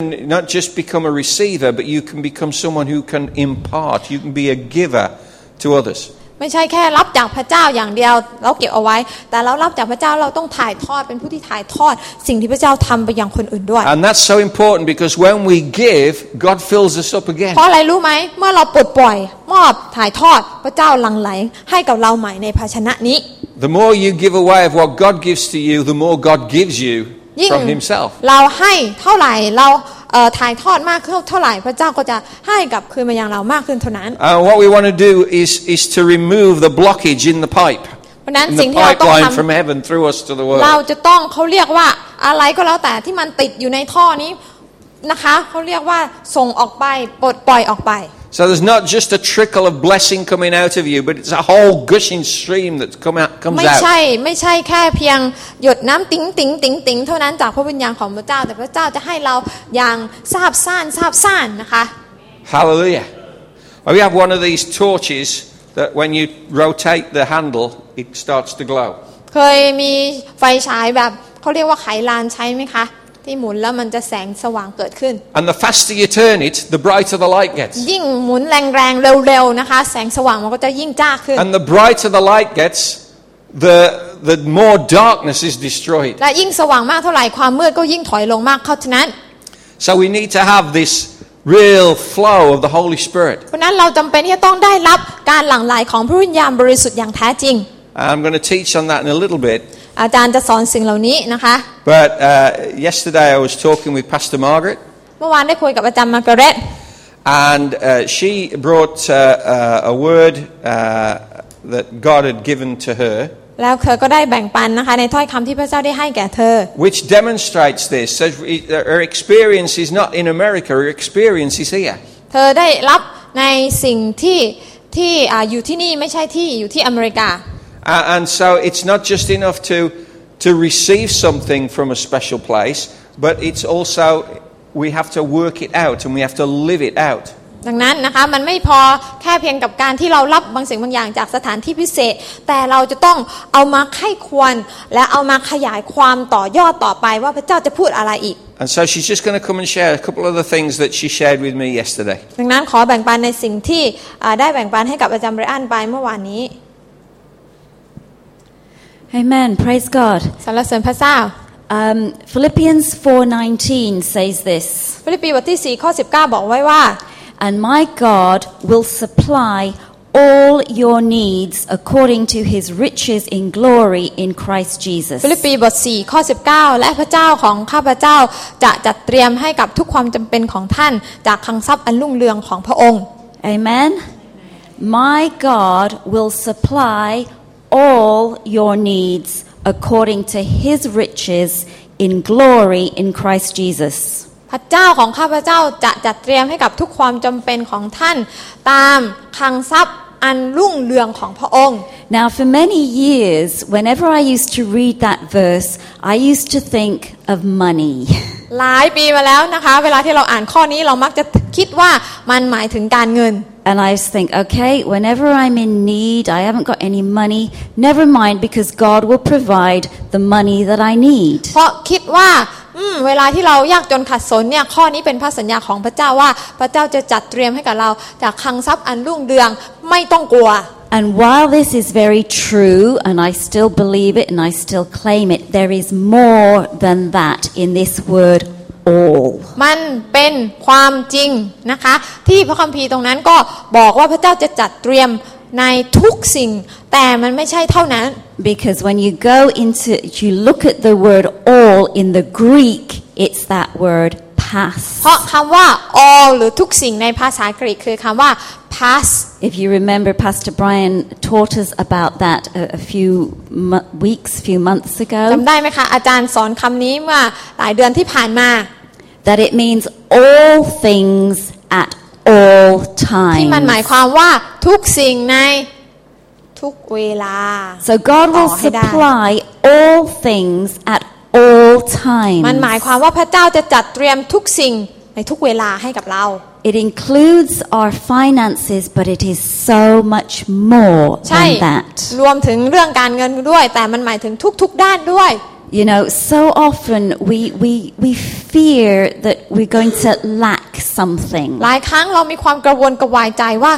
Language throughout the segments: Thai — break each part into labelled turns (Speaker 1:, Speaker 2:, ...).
Speaker 1: can not just become a receiver, but you can become someone who can impart. You can be a giver to others.
Speaker 2: ไม่ใช่แค่รับจากพระเจ้าอย่างเดียว เราเก็บเอาไว้ แต่เรารับจากพระเจ้าเราต้องถ่ายทอดเป็นผู้ที่ถ่ายทอด สิ่งที่พระเจ้าทำไปยังคนอื่นด้วย
Speaker 1: And that's so important because when we give, God fills us up again.
Speaker 2: เพราะอะไรรู้ไหมเมื่อเราปลดปล่อย มอบถ่ายทอดพระเจ้าหลังไหล ให้กับเราใหม่ในภาชนะนี้
Speaker 1: The more you give away of what God gives to you, the more God gives you
Speaker 2: ยิ่ง
Speaker 1: from Himself.
Speaker 2: เราให้เท่าไหร่เราเอ่อถ่ายทอดมากขึ้นเท่าไหร่พระเจ้าก็จะให้กลับคืนมายังเรามากขึ้นเท่านั้น
Speaker 1: And what we want to do is, is to remove the blockage in the pipe,
Speaker 2: เพราะฉะนั้น
Speaker 1: in
Speaker 2: สิ่ง
Speaker 1: the
Speaker 2: ที่เราต้อง
Speaker 1: pipeline
Speaker 2: ทำ
Speaker 1: from heaven through us to the
Speaker 2: เรา
Speaker 1: world.
Speaker 2: จะต้องเขาเรียกว่าอะไรก็แล้วแต่ที่มันติดอยู่ในท่อนี้นะคะเขาเรียกว่าส่งออกไปปลดปล่อยออกไป
Speaker 1: So there's not just a trickle of blessing coming out of you, but it's a whole gushing stream that come out, comes
Speaker 2: ไม่
Speaker 1: out.
Speaker 2: ใช่ไม่ใช่แค่เพียงหยดน้ำติ๋งติ๋งติ๋งติ๋งเท่านั้นจากพระวิญญาณของพระเจ้า แต่พระเจ้าจะให้เราอย่างซาบซ่านซาบซ่านนะคะ
Speaker 1: Hallelujah. We have one of these torches that when you rotate the handle, it starts to glow.
Speaker 2: เคยมีไฟฉายแบบเขาเรียกว่าไขลานใช้ไหมคะ ที่หมุนแล้วมันจะแสงสว่างเกิดขึ้น
Speaker 1: And the faster you turn it, the brighter the light gets.
Speaker 2: ยิ่งหมุนแรงๆเร็วๆนะคะ แสงสว่างมันก็จะยิ่งจ้าขึ้น
Speaker 1: And the brighter the light gets, the, the more darkness is destroyed.
Speaker 2: และยิ่งสว่างมากเท่าไหร่ความมืดก็ยิ่งถอยลงมากเข้าฉะนั้น
Speaker 1: So we need to have this real flow of the Holy Spirit.
Speaker 2: เพราะฉะนั้นเราจำเป็นที่จะต้องได้รับการหลั่งไหลของพระวิญญาณบริสุทธิ์อย่างแท้จริง
Speaker 1: I'm going to teach on that in a little bit.
Speaker 2: อาจารย์จะสอนสิ่งเหล่านี้นะคะ
Speaker 1: But uh, yesterday I was talking with Pastor Margaret,
Speaker 2: เมื่อวานได้คุยกับอาจารย์มาร์กาเรต
Speaker 1: and uh, she brought uh, uh, a word uh, that God had given to her.
Speaker 2: แล้วเธอก็ได้แบ่งปันนะคะ ในถ้อยคำที่พระเจ้าได้ให้แก่เธอ
Speaker 1: which demonstrates this. So it- her experience is not in America, her experience is here.
Speaker 2: เธอได้รับในสิ่งที่ที่อ่าอยู่ที่นี่ไม่ใช่ที่อยู่ที่อเมริกา
Speaker 1: Uh, and so it's not just enough to, to receive something from a special place, but it's also we have to work it out and we have to live it out.
Speaker 2: ดังนั้นนะคะมันไม่พอแค่เพียงกับการที่เรารับบางสิ่งบางอย่างจากสถานที่พิเศษ แต่เราจะต้องเอามาไข้ควร และเอามาขยายความต่อยอดต่อไปว่าพระเจ้าจะพูดอะไรอีก
Speaker 1: And so she's just going to come and share a couple of the things that she shared with me yesterday.
Speaker 2: ดังนั้นขอแบ่งปันในสิ่งที่อ่าได้แบ่งปันให้กับอาจารย์ไรอันไปเมื่อวานนี้
Speaker 3: Amen. Praise God.
Speaker 2: สรรเสริญพระเจ้า
Speaker 3: Um, Philippians 4:19 says this,
Speaker 2: ฟิลิปปีบทที่ 4 ข้อ 19 บอกไว้ว่า
Speaker 3: and my God will supply all your needs according to His riches in glory in Christ Jesus.
Speaker 2: ฟิลิปปีบท 4 ข้อ 19 และพระเจ้าของข้าพเจ้าจะจัดเตรียมให้กับทุกความจำเป็นของท่าน จากคลังทรัพย์อันรุ่งเรืองของพระองค์
Speaker 3: Amen. My God will supply all your needs according to His riches in glory in Christ Jesus.
Speaker 2: พระเจ้าของข้าพเจ้าจะจัดเตรียมให้กับทุกความจำเป็นของท่าน ตามคลังทรัพย์อันรุ่งเรืองของพระองค์
Speaker 3: Now, for many years, whenever I used to read that verse, I used to think of money.
Speaker 2: หลายปีมาแล้วนะคะ เวลาที่เราอ่านข้อนี้เรามักจะคิดว่ามันหมายถึงการเงิน
Speaker 3: And I used to think, okay, whenever I'm in need, I haven't got any money, never mind, because God will provide the money that I need.
Speaker 2: เพราะคิดว่าอืมเวลาที่เรายากจนขัดสนเนี่ยข้อนี้เป็นพระสัญญาของพระเจ้าว่า พระเจ้าจะจัดเตรียมให้กับเรา จากคลังทรัพย์อันรุ่งเรืองไม่ต้องกลัว
Speaker 3: And while this is very true, and I still believe it and I still claim it, there is more than that in this word all.
Speaker 2: มันเป็นความจริงนะคะ ที่พระคัมภีร์ตรงนั้นก็บอกว่าพระเจ้าจะจัดเตรียมในทุกสิ่ง แต่มันไม่ใช่เท่านั้น
Speaker 3: Because when you go into, if you look at the word all in the Greek, it's that word
Speaker 2: เพ
Speaker 3: pass.
Speaker 2: ราะคำว่า all หรือทุกสิ่งในภาษากรีกคือคำว่า pass
Speaker 3: If you remember, Pastor Brian taught us about that a, a few mo- weeks, few months ago,
Speaker 2: จำได้ไหมคะ อาจารย์สอนคำนี้เมื่อหลายเดือนที่ผ่านมา
Speaker 3: that it means all things at all
Speaker 2: ที่มันหมาย
Speaker 3: times.
Speaker 2: ความว่าทุกสิ่งในทุกเวลา
Speaker 3: So God will
Speaker 2: ขอให้ได้
Speaker 3: supply all things at all
Speaker 2: มันหมาย
Speaker 3: times.
Speaker 2: ความว่าพระเจ้าจะจัดเตรียมทุกสิ่งในทุกเวลาให้กับเรา
Speaker 3: It includes our finances, but it is so much more
Speaker 2: ใช่
Speaker 3: than that.
Speaker 2: รวมถึงเรื่องการเงินด้วย แต่มันหมายถึงทุกๆด้านด้วย
Speaker 3: You know, so often we, we, we fear that we're going to lack something.
Speaker 2: หลายครั้งเรามีความกระวนกระวายใจว่า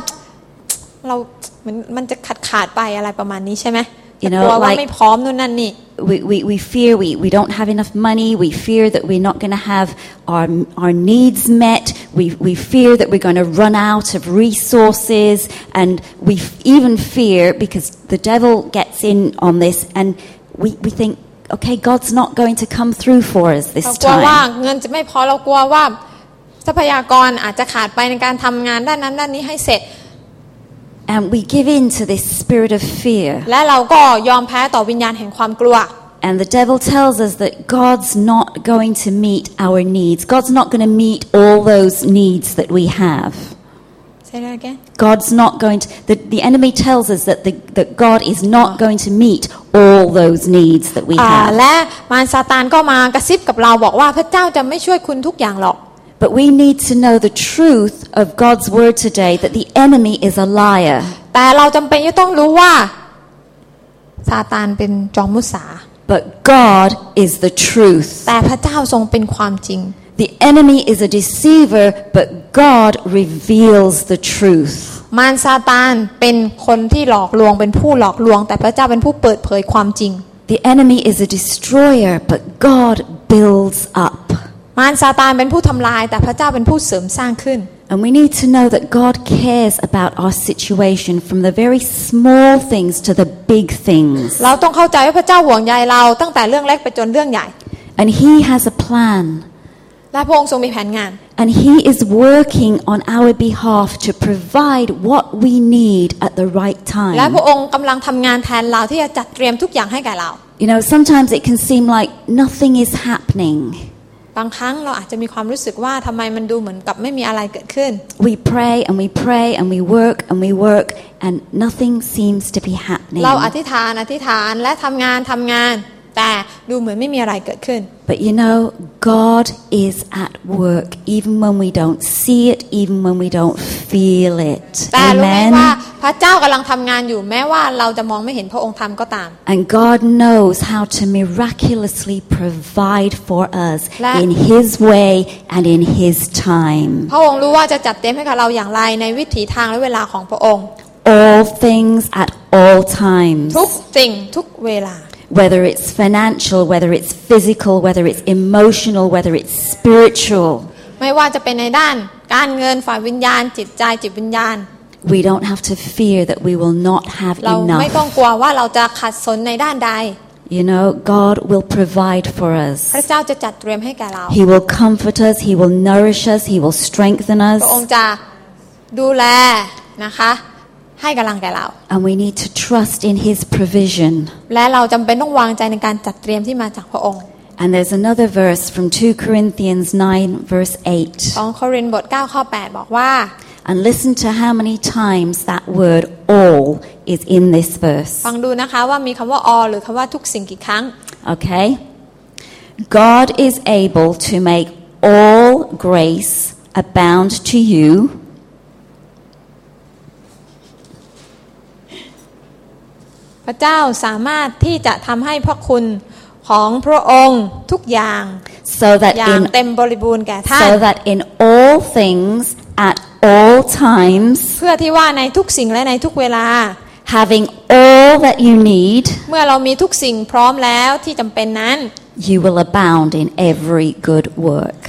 Speaker 2: เราเหมือนมันจะขาดขาดๆไปอะไรประมาณนี้ใช่ไหม
Speaker 3: You
Speaker 2: ก
Speaker 3: know,
Speaker 2: ลัวว่า
Speaker 3: like-
Speaker 2: ไม่พร้อมนู่นนั่นนี่
Speaker 3: We, we, we fear we, we don't have enough money. We fear that we're not going to have our, our needs met. We, we fear that we're going to run out of resources. And we f- even fear, because the devil gets in on this, and we, we think, okay, God's not going to come through for us
Speaker 2: เรา
Speaker 3: this
Speaker 2: กลัวว่า
Speaker 3: time.
Speaker 2: เงินจะไม่พอเรากลัวว่า ทรัพยากรอาจจะขาดไปในการทำงานด้านนั้นด้านนี้ให้เสร็จ
Speaker 3: And we give in to this spirit of fear.
Speaker 2: และเราก็ยอมแพ้ต่อวิญญาณแห่งความกลัว
Speaker 3: And the devil tells us that God's not going to meet our needs. God's not going to meet all those needs that we have.
Speaker 2: Say that again.
Speaker 3: God's not going to, the, the enemy tells us that, the, that God is not going to meet all those needs that we
Speaker 2: อ่า
Speaker 3: have.
Speaker 2: และมารซาตานก็มากระซิบกับเราบอกว่าพระเจ้าจะไม่ช่วยคุณทุกอย่างหรอก
Speaker 3: But we need to know the truth of God's word today that the enemy is a liar.
Speaker 2: แต่เราจำเป็นจะต้องรู้ว่าซาตานเป็นจอมมุสา
Speaker 3: But God is the truth.
Speaker 2: แต่พระเจ้าทรงเป็นความจริง
Speaker 3: The enemy is a deceiver, but God reveals the truth.
Speaker 2: มารซาตานเป็นคนที่หลอกลวงเป็นผู้หลอกลวง แต่พระเจ้าเป็นผู้เปิดเผยความจริง
Speaker 3: The enemy is a destroyer, but God builds up.
Speaker 2: มารซาตานเป็นผู้ทำลาย แต่พระเจ้าเป็นผู้เสริมสร้างขึ้น
Speaker 3: And we need to know that God cares about our situation from the very small things to the big things.
Speaker 2: เราต้องเข้าใจว่าพระเจ้าห่วงใยเราตั้งแต่เรื่องเล็กไปจนเรื่องใหญ่
Speaker 3: And He has a plan.
Speaker 2: และพระองค์ทรงมีแผนงาน
Speaker 3: And He is working on our behalf to provide what we need at the right
Speaker 2: และพ
Speaker 3: time.
Speaker 2: ระองค์กำลังทำงานแทนเราที่จะจัดเตรียมทุกอย่างให้แก่เรา
Speaker 3: You know, sometimes it can seem like nothing is happening.
Speaker 2: บางครั้งเราอาจจะมีความรู้สึกว่าทำไมมันดูเหมือนกับไม่มีอะไรเกิดขึ้น
Speaker 3: We pray and we pray and we work and we work and nothing seems to be
Speaker 2: เราอ
Speaker 3: happening.
Speaker 2: ธิษฐานอธิษฐานและทำงานทำงาน แต่ดูเหมือนไม่มีอะไรเกิดขึ้น
Speaker 3: But you know, God is at work even when we don't see it, even when we don't feel it.
Speaker 2: แต่รู้ไหมว่าพระเจ้ากำลังทำงานอยู่แม้ว่าเราจะมองไม่เห็นพระองค์ทำก็ตาม
Speaker 3: And God knows how to miraculously provide for us
Speaker 2: Là-
Speaker 3: in His way and in His time.
Speaker 2: พระองค์รู้ว่าจะจัดเตรียมให้กับเราอย่างไรในวิถีทางและเวลาของพระองค์
Speaker 3: All things at all times.
Speaker 2: ทุกสิ่งทุกเวลา
Speaker 3: Whether it's financial, whether it's physical, whether it's emotional, whether it's spiritual.
Speaker 2: ไม่ว่าจะเป็นในด้านการเงินฝ่ายวิญญาณ จิตใจจิตวิญญาณ
Speaker 3: We don't have to fear that we will not have
Speaker 2: เราไม่ต้อง
Speaker 3: enough.
Speaker 2: กลัวว่าเราจะขัดสนในด้านใด
Speaker 3: You know, God will provide for
Speaker 2: พ
Speaker 3: us.
Speaker 2: ระเจ้าจะจัดเตรียมให้แก่เรา
Speaker 3: He will comfort us, He will nourish us, He will strengthen
Speaker 2: พระองค์
Speaker 3: us.
Speaker 2: จะดูแลนะคะ ให้กำลังแก่เรา
Speaker 3: And we need to trust in His provision.
Speaker 2: และเราจำเป็นต้องวางใจในการจัดเตรียมที่มาจากพระองค์
Speaker 3: And there's another verse from 2 Corinthians 9, verse 8.
Speaker 2: 2โครินธ์บท 9 ข้อ 8 บอกว่า
Speaker 3: And listen to how many times that word all is in this verse.
Speaker 2: ฟังดูนะคะว่ามีคำว่า all หรือคำว่าทุกสิ่งกี่ครั้ง
Speaker 3: Okay? God is able to make all grace abound to
Speaker 2: He
Speaker 3: you.
Speaker 2: is able to make all grace abound to you พระเจ้าสามารถที่จะทำให้พระคุณของพระองค์ทุกอย่าง
Speaker 3: So that
Speaker 2: อย่าง
Speaker 3: in
Speaker 2: เต็มบริบูรณ์แก่ท่าน
Speaker 3: so that in all things at all times
Speaker 2: เพื่อที่ว่าในทุกสิ่งและในทุกเวลา
Speaker 3: having all that you need
Speaker 2: เมื่อเรามีทุกสิ่งพร้อมแล้วที่จำเป็นนั้น
Speaker 3: you will abound in every good work.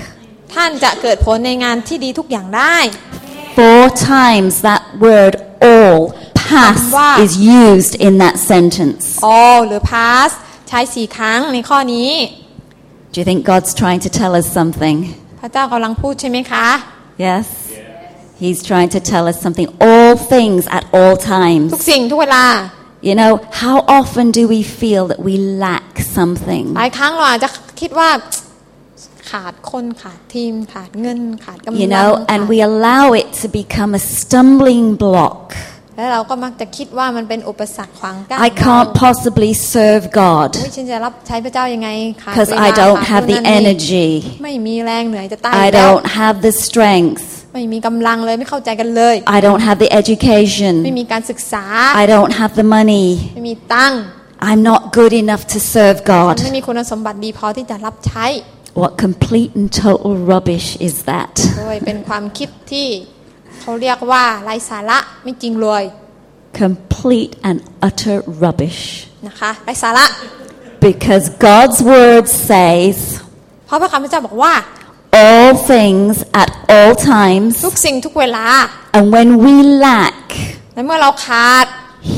Speaker 2: ท่านจะเกิดผลในงานที่ดีทุกอย่างได้
Speaker 3: Four times that word
Speaker 2: Ông
Speaker 3: all
Speaker 2: bà.
Speaker 3: pass is used in that sentence.
Speaker 2: all หรือ pass ใช้สี่ครั้งในข้อนี้
Speaker 3: Do you think God's trying to tell us something?
Speaker 2: พระเจ้ากำลังพูดใช่ไหมคะ
Speaker 3: Yes? He's trying to tell us something. All things at all
Speaker 2: ทุก
Speaker 3: times.
Speaker 2: สิ่งทุกเวลา
Speaker 3: You know, how often do we feel that we lack something?
Speaker 2: หลายครั้งเราอาจจะคิดว่า ขาดคนขาดทีม ขาดเงิน ขาดกำลัง
Speaker 3: You know,
Speaker 2: ขาด
Speaker 3: and we allow it to become a stumbling block.
Speaker 2: แล้วเราก็มักจะคิดว่ามันเป็นอุปสรรคขวางกั้น
Speaker 3: I
Speaker 2: เรา
Speaker 3: can't possibly serve God
Speaker 2: อุ๊ยฉันจะรับใช้พระเจ้ายังไงขาด
Speaker 3: because
Speaker 2: เวลา
Speaker 3: I don't
Speaker 2: ขาด
Speaker 3: have
Speaker 2: นู่
Speaker 3: the
Speaker 2: นนั่นนี่
Speaker 3: energy.
Speaker 2: ไม่มีแรงเหนื่อยจะตาย
Speaker 3: I
Speaker 2: แล้ว
Speaker 3: don't have the strength.
Speaker 2: ไม่มีกำลังเลยไม่เข้าใจกันเลย
Speaker 3: I don't have the
Speaker 2: ไม่
Speaker 3: education.
Speaker 2: มีการศึกษา
Speaker 3: I don't have the money.
Speaker 2: ไม่มีตังค์
Speaker 3: I'm not good enough to serve
Speaker 2: ฉัน
Speaker 3: God.
Speaker 2: ไม่มีคุณสมบัติดีพอที่จะรับใช้
Speaker 3: What complete and total rubbish is that?
Speaker 2: โดยเป็นความคิดที่เขาเรียกว่าไร้สาระไม่จริงเลย
Speaker 3: Complete and utter rubbish.
Speaker 2: นะคะไร้สาระ
Speaker 3: Because God's word says
Speaker 2: เพราะพระคำพระเจ้าบอกว่า
Speaker 3: all things at all times,
Speaker 2: ทุกสิ่งทุกเวลา
Speaker 3: and when we lack,
Speaker 2: และเมื่อเราขาด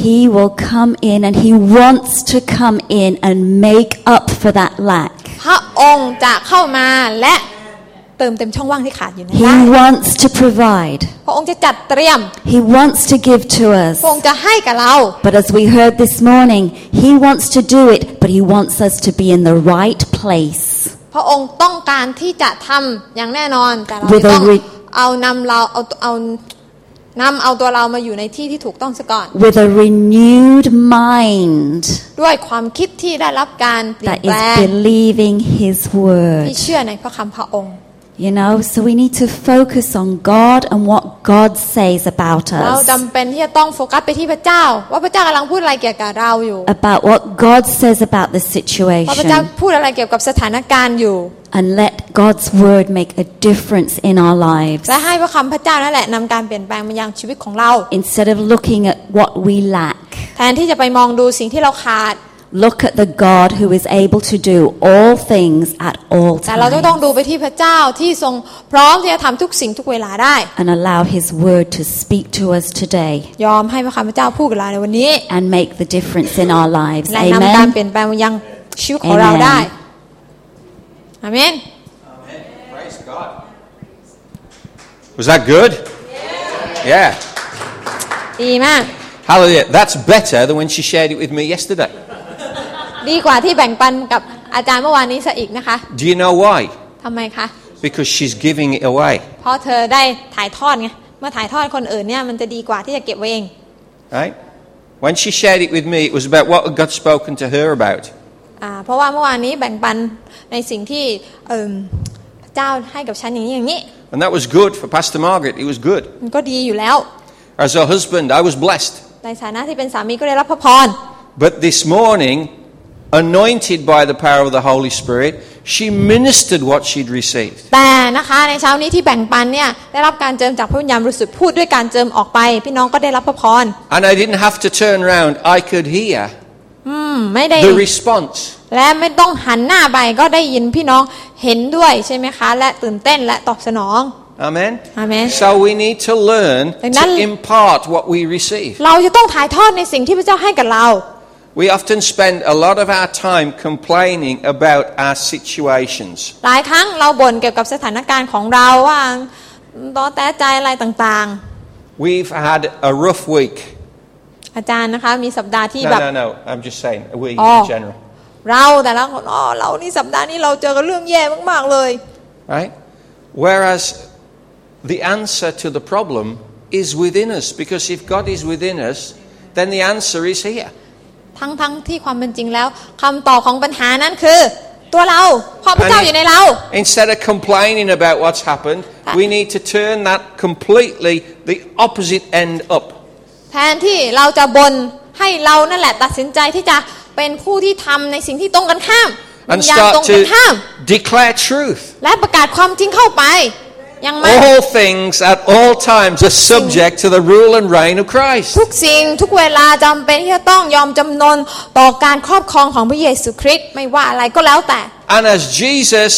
Speaker 3: He will come in and He wants to come in and make up for that lack.
Speaker 2: พระองค์จะเข้ามาและเติมเต็มช่องว่างที่ขาดอยู่นะ
Speaker 3: He
Speaker 2: คะ
Speaker 3: wants to provide,
Speaker 2: พระองค์จะจัดเตรียม
Speaker 3: He wants to give to us.
Speaker 2: พระองค์จะให้กับเรา
Speaker 3: But as we heard this morning, He wants to do it, but He wants us to be in the right place.
Speaker 2: พระองค์ต้องการที่จะทำอย่างแน่นอนแต่เรา
Speaker 3: With a
Speaker 2: ต้อง
Speaker 3: re-
Speaker 2: เอานำเราเอาเอานำเอาตัวเรามาอยู่ในที่ที่ถูกต้องซะก่อน
Speaker 3: with a renewed mind
Speaker 2: ด้วยความคิดที่ได้รับการเปลี่ยน
Speaker 3: that
Speaker 2: แปลง
Speaker 3: is believing His word.
Speaker 2: ที่เชื่อในพระคำพระองค์
Speaker 3: You know, so we need to focus on God and what God says about
Speaker 2: เรา
Speaker 3: us,
Speaker 2: จำเป็นที่จะต้องโฟกัสไปที่พระเจ้า ว่าพระเจ้ากำลังพูดอะไรเกี่ยวกับเราอยู่
Speaker 3: about what God says about the
Speaker 2: ว่าพระเจ้า
Speaker 3: situation,
Speaker 2: พูดอะไรเกี่ยวกับสถานการณ์อยู่
Speaker 3: and let God's word make a difference in our lives
Speaker 2: และให้พระคำพระเจ้านั่นแหละนำการเปลี่ยนแปลงมายังชีวิตของเรา
Speaker 3: instead of looking at what we lack.
Speaker 2: แทนที่จะไปมองดูสิ่งที่เราขาด
Speaker 3: Look at the God who is able to do all things at all
Speaker 2: แต่เราจะต้อง
Speaker 3: times
Speaker 2: ดูไปที่พระเจ้าที่ทรงพร้อมที่จะทำทุกสิ่งทุกเวลาได้
Speaker 3: and allow His word to speak to us today
Speaker 2: ยอมให้พระคำพระเจ้าพูดกับเราในวันนี้
Speaker 3: and make the difference in our lives.
Speaker 2: และนำการ
Speaker 3: Amen.
Speaker 2: เปลี่ยนแปลงมายังชีวิตของเราได้อาเมน
Speaker 1: Praise God. Was that good? Yeah.
Speaker 2: ดีมาก
Speaker 1: Hallelujah. That's better than when she shared it with me yesterday.
Speaker 2: ดีกว่าที่แบ่งปันกับอาจารย์เมื่อวานนี้ซะอีกนะคะ
Speaker 1: Do you know why?
Speaker 2: ทำไมคะ
Speaker 1: Because she's giving it away.
Speaker 2: เพราะเธอได้ถ่ายทอดไง เมื่อถ่ายทอดคนอื่นเนี่ยมันจะดีกว่าที่จะเก็บไว้เอง
Speaker 1: Right? When she shared it with me, it was about what God spoken to her about.
Speaker 2: อ่าเพราะว่าเมื่อวานนี้แบ่งปันในสิ่งที่เอิ่มพระเจ้าให้กับฉันอย่างนี้อย่างนี้
Speaker 1: And that was good for Pastor Margaret. It was good.
Speaker 2: มันก็ดีอยู่แล้ว
Speaker 1: As her husband, I was blessed.
Speaker 2: ในฐานะที่เป็นสามีก็ได้รับพระพร
Speaker 1: But this morning, anointed by the power of the Holy Spirit, she ministered what she'd received.
Speaker 2: แต่นะคะในเช้านี้ที่แบ่งปันเนี่ยได้รับการเจิมจากพระวิญญาณบริสุทธิ์พูดด้วยการเจิมออกไป พี่น้องก็ได้รับพระพร
Speaker 1: And I didn't have to turn round. I could hear
Speaker 2: อืมไม่ได้
Speaker 1: the response.
Speaker 2: และไม่ต้องหันหน้าไปก็ได้ยินพี่น้องเห็นด้วยใช่ไหมคะ และตื่นเต้นและตอบสนอง
Speaker 1: Amen.
Speaker 2: Amen.
Speaker 1: So we need to learn
Speaker 2: Then
Speaker 1: to
Speaker 2: that-
Speaker 1: impart what we receive.
Speaker 2: เราจะต้องถ่ายทอดในสิ่งที่พระเจ้าให้กับเรา
Speaker 1: We often spend a lot of our time complaining about our situations.
Speaker 2: หลายครั้งเราบ่นเกี่ยวกับสถานการณ์ของเราว่าต้อแต่ใจอะไรต่าง
Speaker 1: We've had a rough week.
Speaker 2: ๆ อาจารย์นะคะ มีสัปดาห์ที่
Speaker 1: No,
Speaker 2: แบบ
Speaker 1: no, no. I'm just saying, we
Speaker 2: Oh.
Speaker 1: in general.
Speaker 2: เราแต่ละคนอ๋อเรานี่สัปดาห์นี้เราเจอกับเรื่องแย่มากๆเลย
Speaker 1: Right? Whereas the answer to the problem is within us because if God is within us, then the answer is here.
Speaker 2: ทั้งๆที่ความเป็นจริงแล้วคำตอบของปัญหานั้นคือ ตัวเราเพราะพระเจ้าอยู่ในเรา
Speaker 1: Instead of complaining about what's happened, we need to turn that completely the opposite end up.
Speaker 2: แทนที่เราจะบ่นให้เรานั่นแหละ ตัดสินใจที่จะเป็นผู้ที่ทำในสิ่งที่ตรงกันข้าม
Speaker 1: and
Speaker 2: อย่างตร
Speaker 1: start
Speaker 2: งกันข้าม
Speaker 1: to declare truth.
Speaker 2: และประกาศความจริงเข้าไป ยังไม่
Speaker 1: All things at all times are subject to the rule and reign of Christ.
Speaker 2: ทุกสิ่งทุกเวลาจำเป็นที่จะต้องยอมจำนนต่อการครอบครองของพระเยซูคริสต์ไม่ว่าอะไรก็แล้วแต่
Speaker 1: And as Jesus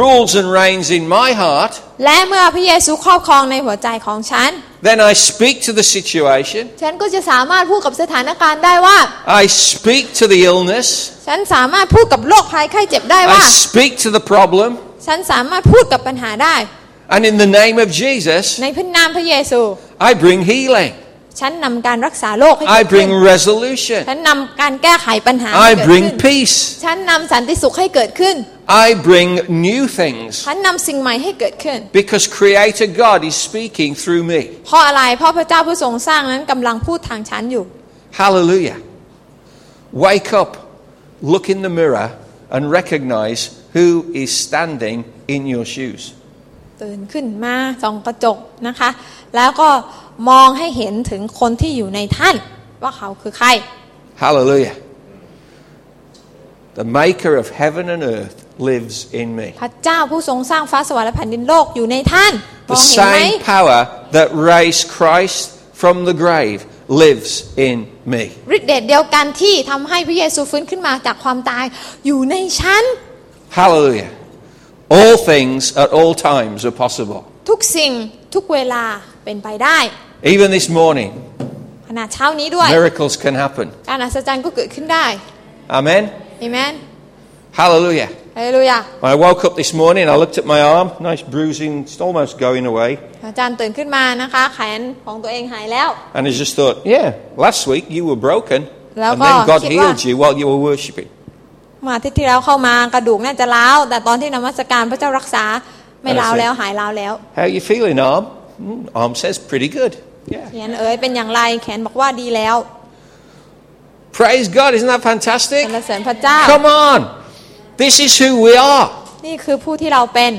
Speaker 1: rules and reigns in my heart,
Speaker 2: และเมื่อพระเยซูครอบครองในหัวใจของฉัน
Speaker 1: then I speak to the situation,
Speaker 2: ฉันก็จะสามารถพูดกับสถานการณ์ได้ว่า
Speaker 1: I speak to the illness,
Speaker 2: ฉันสามารถพูดกับโรคภัยไข้เจ็บได้
Speaker 1: I
Speaker 2: ว่า
Speaker 1: speak to the problem,
Speaker 2: ฉันสามารถพูดกับปัญหาได้
Speaker 1: and in the name of Jesus,
Speaker 2: ในพระนามพระเยซู
Speaker 1: I bring healing,
Speaker 2: ฉันนำการรักษาโรคให้เกิ
Speaker 1: I
Speaker 2: ดขึ้น
Speaker 1: bring resolution,
Speaker 2: ฉันนำการแก้ไขปัญหาให้
Speaker 1: I
Speaker 2: เกิดขึ้น
Speaker 1: bring peace,
Speaker 2: ฉันนำสันติสุขให้เกิดขึ้น
Speaker 1: I bring new things.
Speaker 2: ฉันนำสิ่งใหม่ให้เกิดขึ้น
Speaker 1: Because Creator God is speaking through me.
Speaker 2: เพราะอะไร เพราะพระเจ้าผู้ทรงสร้างนั้นกำลังพูดทางฉันอยู่
Speaker 1: Hallelujah. Wake up, look in the mirror, and recognize who is standing in your shoes.
Speaker 2: ตื่นขึ้นมาส่องกระจกนะคะ แล้วก็มองให้เห็นถึงคนที่อยู่ในท่าน ว่าเขาคือใคร
Speaker 1: Hallelujah. the maker of heaven and earth, lives in me.
Speaker 2: พระเจ้าผู้ทรงสร้างฟ้าสวรรค์และแผ่นดินโลกอยู่ในท่าน ม
Speaker 1: The
Speaker 2: องเห็นไหม
Speaker 1: same power that raised Christ from the grave lives in me.
Speaker 2: ฤทธิ์เดชเดียวกันที่ทำให้พระเยซูฟื้นขึ้นมาจากความตายอยู่ในฉัน
Speaker 1: Hallelujah. All things at all times are possible.
Speaker 2: ทุกสิ่งทุกเวลาเป็นไปได้
Speaker 1: Even this morning,
Speaker 2: ขณะเช้านี้ด้วย
Speaker 1: miracles can happen.
Speaker 2: การอัศจรรย์ก็เกิดขึ้นได้
Speaker 1: Amen.
Speaker 2: เอเมน
Speaker 1: Hallelujah.
Speaker 2: ฮาเลลูยา
Speaker 1: When I woke up this morning, I looked at my arm, nice bruising, it's almost going away.
Speaker 2: อาจารย์ตื่นขึ้นมานะคะ แขนของตัวเองหายแล้ว
Speaker 1: And I just thought, yeah, last week you were broken.
Speaker 2: Là
Speaker 1: And then
Speaker 2: có,
Speaker 1: God
Speaker 2: chị
Speaker 1: healed
Speaker 2: quá.
Speaker 1: you while you were worshipping.
Speaker 2: เมาอาทิตย์ที่แล้วเข้ามากระดูกน่าจะร้าวแต่ตอนที่นมัสการพระเจ้ารักษาไม่ร้าวแล้วหายร้าวแล้ว
Speaker 1: How you feeling, arm? Mm, arm says, pretty good. Yeah.
Speaker 2: แขนเอ๋ยเป็นอย่างไรแขนบอกว่าดีแล้ว
Speaker 1: Praise God, isn't that
Speaker 2: ส
Speaker 1: fantastic?
Speaker 2: รรเสริญพระเจ้า
Speaker 1: Come on. This is who we are.
Speaker 2: นี่คือผู้ที่เราเป็น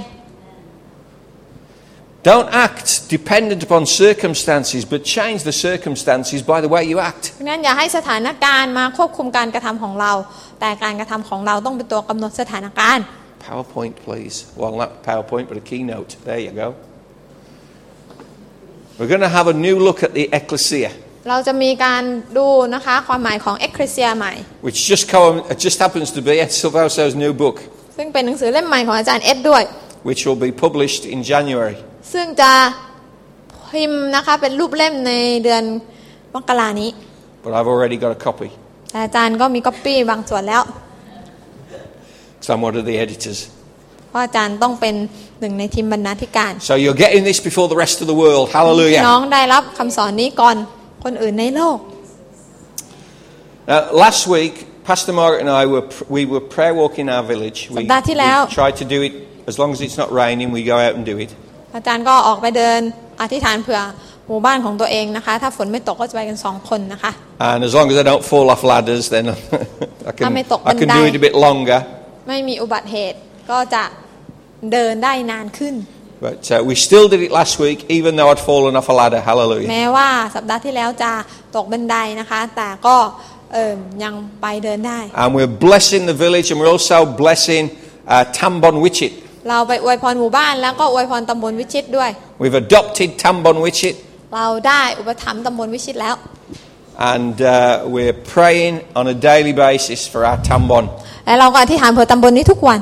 Speaker 1: Don't act dependent upon circumstances, but change the circumstances by the way you act.
Speaker 2: ดังนั้นอย่าให้สถานการณ์มาควบคุมการกระทำของเรา แต่การกระทำของเราต้องเป็นตัวกำหนดสถานการณ์
Speaker 1: PowerPoint, please. Well, not PowerPoint, but a keynote. There you go. We're going to have a new look at the ecclesia,
Speaker 2: เราจะมีการดูนะคะความหมายของเอ็กคริเซียใหม่
Speaker 1: which just, co- it just happens to be Ed Silvauso's new book,
Speaker 2: ซึ่งเป็นหนังสือเล่มใหม่ของอาจารย์เอ็ดด้วย
Speaker 1: which will be published in January.
Speaker 2: ซึ่งจะพิมพ์นะคะเป็นรูปเล่มในเดือนมกรานี้
Speaker 1: But I've already got a copy.
Speaker 2: แต่อาจารย์ก็มีก๊อปปี้บางส่วนแล้ว
Speaker 1: So I'm one of the editors.
Speaker 2: เพราะอาจารย์ต้องเป็นหนึ่งในทีมบรรณาธิการ
Speaker 1: So you're getting this before the rest of the world.
Speaker 2: น้อ
Speaker 1: Hallelujah.
Speaker 2: งได้รับคำสอนนี้ก่อนคนอื่นในโลก
Speaker 1: Uh, last week, Pastor Margaret and I were pr- we were prayer walking our village. We, we
Speaker 2: สัปดาห์ที่แล้ว
Speaker 1: tried to do it as long as it's not raining. We go out and do it.
Speaker 2: อาจารย์ก็ออกไปเดินอธิษฐานเผื่อหมู่บ้านของตัวเองนะคะ ถ้าฝนไม่ตกก็จะไปกันสองคนนะคะ
Speaker 1: And as long as I don't fall off ladders, then I can, I
Speaker 2: Ah,ไม่ตก
Speaker 1: can do
Speaker 2: bander.
Speaker 1: it a bit longer.
Speaker 2: ไม่มีอุบัติเหตุก็จะเดินได้นานขึ้น
Speaker 1: But uh, we still did it last week, even though I'd fallen off a ladder. Hallelujah.
Speaker 2: แม้ว่าสัปดาห์ที่แล้วจะตกบันไดนะคะ แต่ก็เอ่มยังไปเดินได้
Speaker 1: And we're blessing the village, and we're also blessing uh, Tambon Wichit.
Speaker 2: เราไปอวยพรหมู่บ้านแล้วก็อวยพรตำบลวิชิตด้วย
Speaker 1: We've adopted Tambon Wichit,
Speaker 2: เราได้อุปถัมภ์ตำบลวิชิตแล้ว
Speaker 1: and uh, we're praying on a daily basis for our Tambon.
Speaker 2: และเราก็อธิษฐานเผื่อตำบลนี้ทุกวัน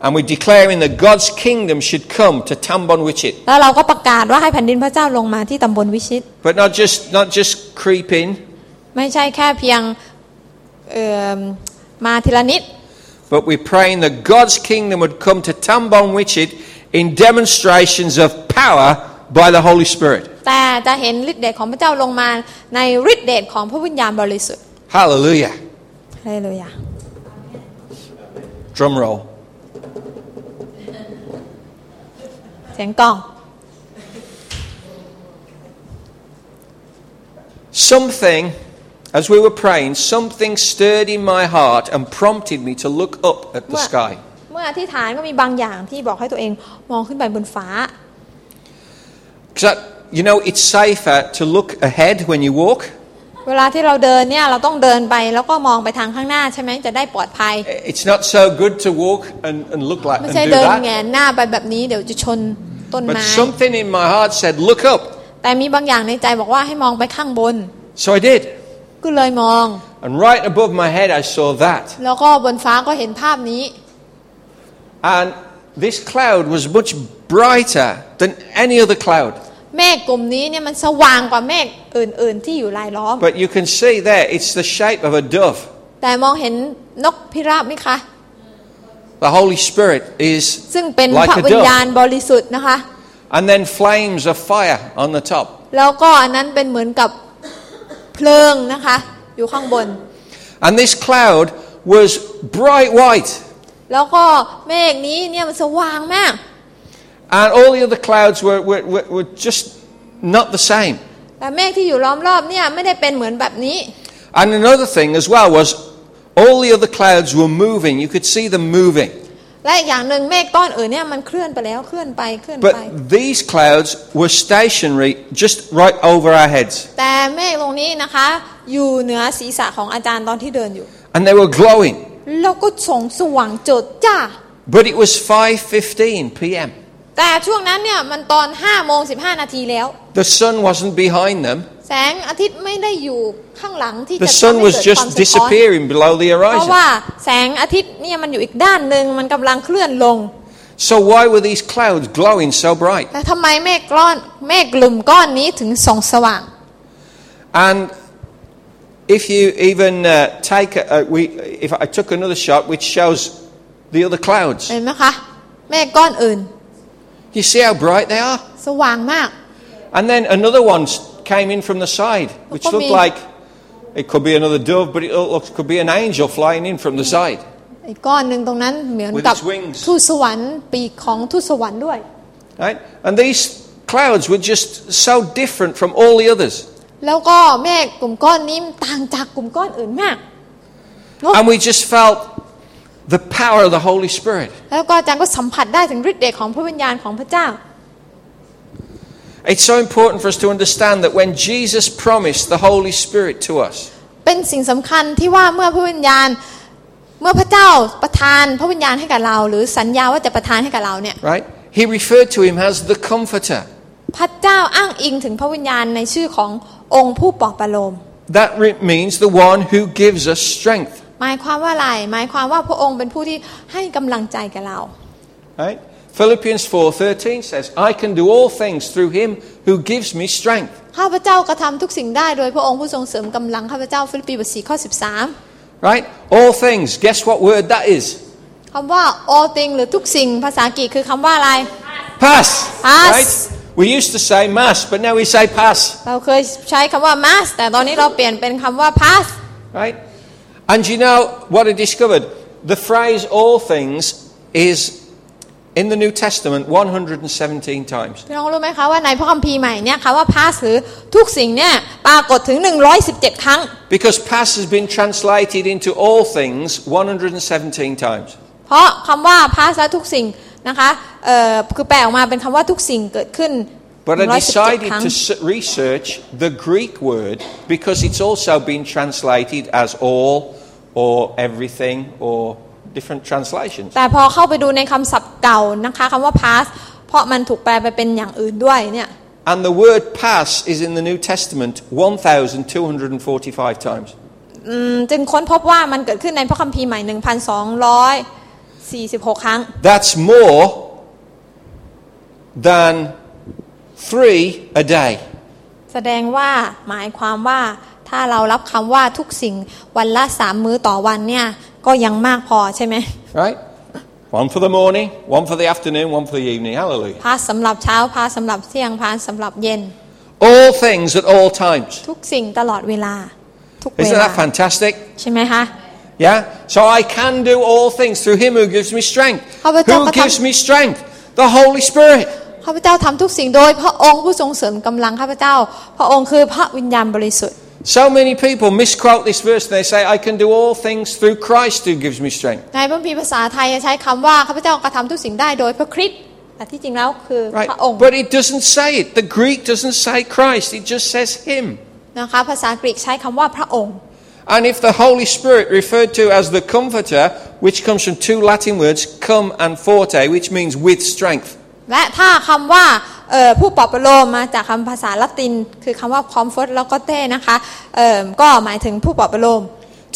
Speaker 1: And we're declaring that God's kingdom should come to Tambon Wichit.
Speaker 2: แล้วเราก็ประกาศว่าให้แผ่นดินพระเจ้าลงมาที่ตำบลวิชิต
Speaker 1: But not just, not just creep in,
Speaker 2: ไม่ใช่แค่เพียงเอิ่มมาทีละนิด
Speaker 1: but we're praying that God's kingdom would come to Tambon Wichit in demonstrations of power by the Holy Spirit.
Speaker 2: แต่จะเห็นฤทธิ์เดชของพระเจ้าลงมาในฤทธิ์เดชของพระวิญญาณบริสุทธิ์
Speaker 1: Hallelujah.
Speaker 2: ฮาเลลูยา
Speaker 1: Drum roll.
Speaker 2: เสียงกลอง
Speaker 1: Something, as we were praying, something stirred in my heart and prompted me to look up at the
Speaker 2: เมื่อ
Speaker 1: sky.
Speaker 2: เมื่ออธิษฐานก็มีบางอย่างที่บอกให้ตัวเองมองขึ้นไปบนฟ้า
Speaker 1: Because, you know, it's safer to look ahead when you walk.
Speaker 2: เวลาที่เราเดินเนี่ยเราต้องเดินไปแล้วก็มองไปทางข้างหน้าใช่ไหมจะได้ปลอดภัย
Speaker 1: It's not so good to walk and, and look like
Speaker 2: ไม่
Speaker 1: and
Speaker 2: ใช่
Speaker 1: do
Speaker 2: เดิน
Speaker 1: that.
Speaker 2: แหงนหน้าไปแบบนี้เดี๋ยวจะชนต้น
Speaker 1: But
Speaker 2: ไม้
Speaker 1: something in my heart said, look up.
Speaker 2: แต่มีบางอย่างในใจบอกว่าให้มองไปข้างบน
Speaker 1: So I did.
Speaker 2: ก็เลยมอง
Speaker 1: And right above my head, I saw that.
Speaker 2: แล้วก็บนฟ้าก็เห็นภาพนี้
Speaker 1: And this cloud was much brighter than any other cloud.
Speaker 2: เมฆกลุ่มนี้เนี่ยมันสว่างกว่าเมฆอื่น ๆ ที่อยู่รายล้อม
Speaker 1: But you can see there, it's the shape of a dove.
Speaker 2: แต่มองเห็นนกพิราบไหมคะ
Speaker 1: The Holy Spirit is
Speaker 2: ซึ่งเป็นพ
Speaker 1: like
Speaker 2: ระ
Speaker 1: a
Speaker 2: วิญญาณ
Speaker 1: dove.
Speaker 2: บริสุทธิ์นะคะ
Speaker 1: And then flames of fire on the top.
Speaker 2: แล้วก็อันนั้นเป็นเหมือนกับเพลิงนะคะ อยู่ข้างบน
Speaker 1: And this cloud was bright white.
Speaker 2: แล้วก็เมฆนี้เนี่ยมันสว่างมาก
Speaker 1: And all the other clouds were, were, were, were just not the same.
Speaker 2: แต่เมฆที่อยู่ล้อมรอบเนี่ยไม่ได้เป็นเหมือนแบบนี้
Speaker 1: And another thing as well was all the other clouds were moving. You could see them moving.
Speaker 2: และอีกอย่างหนึ่งเมฆก้อนอื่นเนี่ยมันเคลื่อนไปแล้วเคลื่อนไปเคลื่อนไป
Speaker 1: But these clouds were stationary just right over our heads.
Speaker 2: แต่เมฆตรงนี้นะคะ อยู่เหนือศีรษะของอาจารย์ตอนที่เดินอยู่
Speaker 1: And they were glowing.
Speaker 2: แล้วก็ส่องสว่างเจิดจ้า
Speaker 1: But it was 5:15 p.m.
Speaker 2: แต่ช่วงนั้นเนี่ยมันตอน5โมง15 นาทีแล้ว
Speaker 1: The sun wasn't behind them.
Speaker 2: แสงอาทิตย์ไม่ได้อยู่ข้างหลังที่จะ
Speaker 1: The
Speaker 2: ทำ
Speaker 1: sun
Speaker 2: ให้
Speaker 1: was
Speaker 2: เกิดความ
Speaker 1: just
Speaker 2: สะท้อน
Speaker 1: disappearing below the
Speaker 2: เพราะ
Speaker 1: horizon.
Speaker 2: ว่าแสงอาทิตย์เนี่ยมันอยู่อีกด้านหนึ่งมันกำลังเคลื่อนลง
Speaker 1: So why were these clouds glowing so bright?
Speaker 2: แต่ทำไมเมฆก้อนเมฆกลุ่มก้อนนี้ถึงส่องสว่าง
Speaker 1: And if you even uh, take a, a, we, if I took another shot which shows the other clouds,
Speaker 2: เห็นไหมคะเมฆก้อนอื่น
Speaker 1: you see how bright they are.
Speaker 2: สว่างมาก
Speaker 1: And then another one s- came in from the side, which
Speaker 2: What
Speaker 1: looked
Speaker 2: mean?
Speaker 1: like it could be another dove, but it looks, could be an angel flying in from the side.
Speaker 2: ไอ้ก้อนหนึ่งตรงนั้นเหมือน
Speaker 1: With
Speaker 2: กับ
Speaker 1: its wings.
Speaker 2: ทูตสวรรค์ปีกของทูตสวรรค์ด้วย
Speaker 1: Right? And these clouds were just so different from all the others.
Speaker 2: แล้วก็เมฆกลุ่มก้อนนี้ต่างจากกลุ่มก้อนอื่นมาก
Speaker 1: And we just felt the power of the Holy Spirit.
Speaker 2: แล้วก็อาจารย์ก็สัมผัสได้ถึงฤทธิ์เดชของพระวิญญาณของพระเจ้า
Speaker 1: It's so important for us to understand that when Jesus promised the Holy Spirit to us,
Speaker 2: เป็นสิ่งสำคัญที่ว่าเมื่อพระวิญญาณ เมื่อพระเจ้าประทานพระวิญญาณให้กับเรา หรือสัญญาว่าจะประทานให้กับเราเนี่ย
Speaker 1: right? He referred to him as the Comforter.
Speaker 2: พระเจ้าอ้างอิงถึงพระวิญญาณในชื่อขององค์ผู้ปลอบประโลม
Speaker 1: That re- means the one who gives us strength,
Speaker 2: หมายความว่าอะไรหมายความว่าพระองค์เป็นผู้ที่ให้กำลังใจกับเรา
Speaker 1: right? Philippians 4:13 says, "I can do all things through him who gives me strength."
Speaker 2: ข้าพเจ้ากระทำทุกสิ่งได้โดยพระองค์ผู้ทรงเสริมกำลังข้าพเจ้าฟิลิปปีบทสี่ข้อ
Speaker 1: Right? All things. Guess what word that is?
Speaker 2: 13คำว่า all thing หรือทุกสิ่งภาษาอังกฤษคือคำว่าอะไร
Speaker 1: Pass.
Speaker 2: Pass.
Speaker 1: Right? We used to say mass, but now we say pass.
Speaker 2: เราเคยใช้คำว่า mass แต่ตอนนี้เราเปลี่ยนเป็นคำว่า pass
Speaker 1: Right? And you know what I discovered? The phrase all things is in the New Testament 117 times.
Speaker 2: พี่น้องรู้ไหมคะว่าในพระคัมภีร์ใหม่เนี่ยคะว่า pass หรือทุกสิ่งเนี่ยปรากฏถึง 117 ครั้ง
Speaker 1: Because pass has been translated into all things 117 times.
Speaker 2: เพราะคำว่า pass และทุกสิ่งนะคะเอ่อคือแปลออกมาเป็นคำว่าทุกสิ่งเกิดขึ้น
Speaker 1: But I
Speaker 2: 117
Speaker 1: decided
Speaker 2: ครั้ง
Speaker 1: to s- research the Greek word because it's also been translated as all or everything or different translations.
Speaker 2: แต่พอเข้าไปดูในคำศัพท์เก่านะคะคำว่า pass เพราะมันถูกแปลไปเป็นอย่างอื่นด้วยเนี่ย
Speaker 1: And the word pass is in the New Testament 1,245 times.
Speaker 2: อืมจึงค้นพบว่ามันเกิดขึ้นในพระคัมภีร์ใหม่ 1,246 ครั้ง
Speaker 1: That's more than three a day.
Speaker 2: แสดงว่าหมายความว่าถ้าเรารับคำว่าทุกสิ่งวันละสามมื้อต่อวันเนี่ยก็ยังมากพอใช่ไหม
Speaker 1: Right? One for the morning, one for the afternoon, one for the evening. Hallelujah.
Speaker 2: พาสสำหรับเช้าพาสสำหรับเที่ยงพาสสำหรับเย็น
Speaker 1: All things at all times.
Speaker 2: ทุกสิ่งตลอดเวลา ทุกเว
Speaker 1: Isn't
Speaker 2: ลา
Speaker 1: that fantastic?
Speaker 2: ใช่ไหมคะ
Speaker 1: Yeah? So I can do all things through him who gives me strength.
Speaker 2: How about
Speaker 1: Who
Speaker 2: that?
Speaker 1: gives me strength? The Holy Spirit.
Speaker 2: ข้าพเจ้าทำทุกสิ่งโดยพระองค์ผู้ทรงเสริมกำลังข้าพเจ้า พระองค์คือพระวิญญาณบริสุทธิ์
Speaker 1: So many people misquote this verse and they say, I can do all things through Christ who gives me strength.
Speaker 2: ในพระคัมภีร์ภาษาไทยใช้คำว่าข้าพเจ้ากระทำทุกสิ่งได้โดยพระคริสต์แต่ที่จริงแล้วคือ
Speaker 1: Right?
Speaker 2: พระองค์
Speaker 1: But it doesn't say it. The Greek doesn't say Christ, it just says him.
Speaker 2: นะคะภาษาอังกฤษใช้คำว่าพระองค์
Speaker 1: And if the Holy Spirit, referred to as the Comforter, which comes from two Latin words, cum and forte, which means with strength,
Speaker 2: และถ้าคำว่าเอ่อผู้ปลอบประโลมมาจากคำภาษาละติน คือคำว่า comfort แล้วก็เต้นะคะเอิ่มก็หมายถึงผู้ปลอบประโลม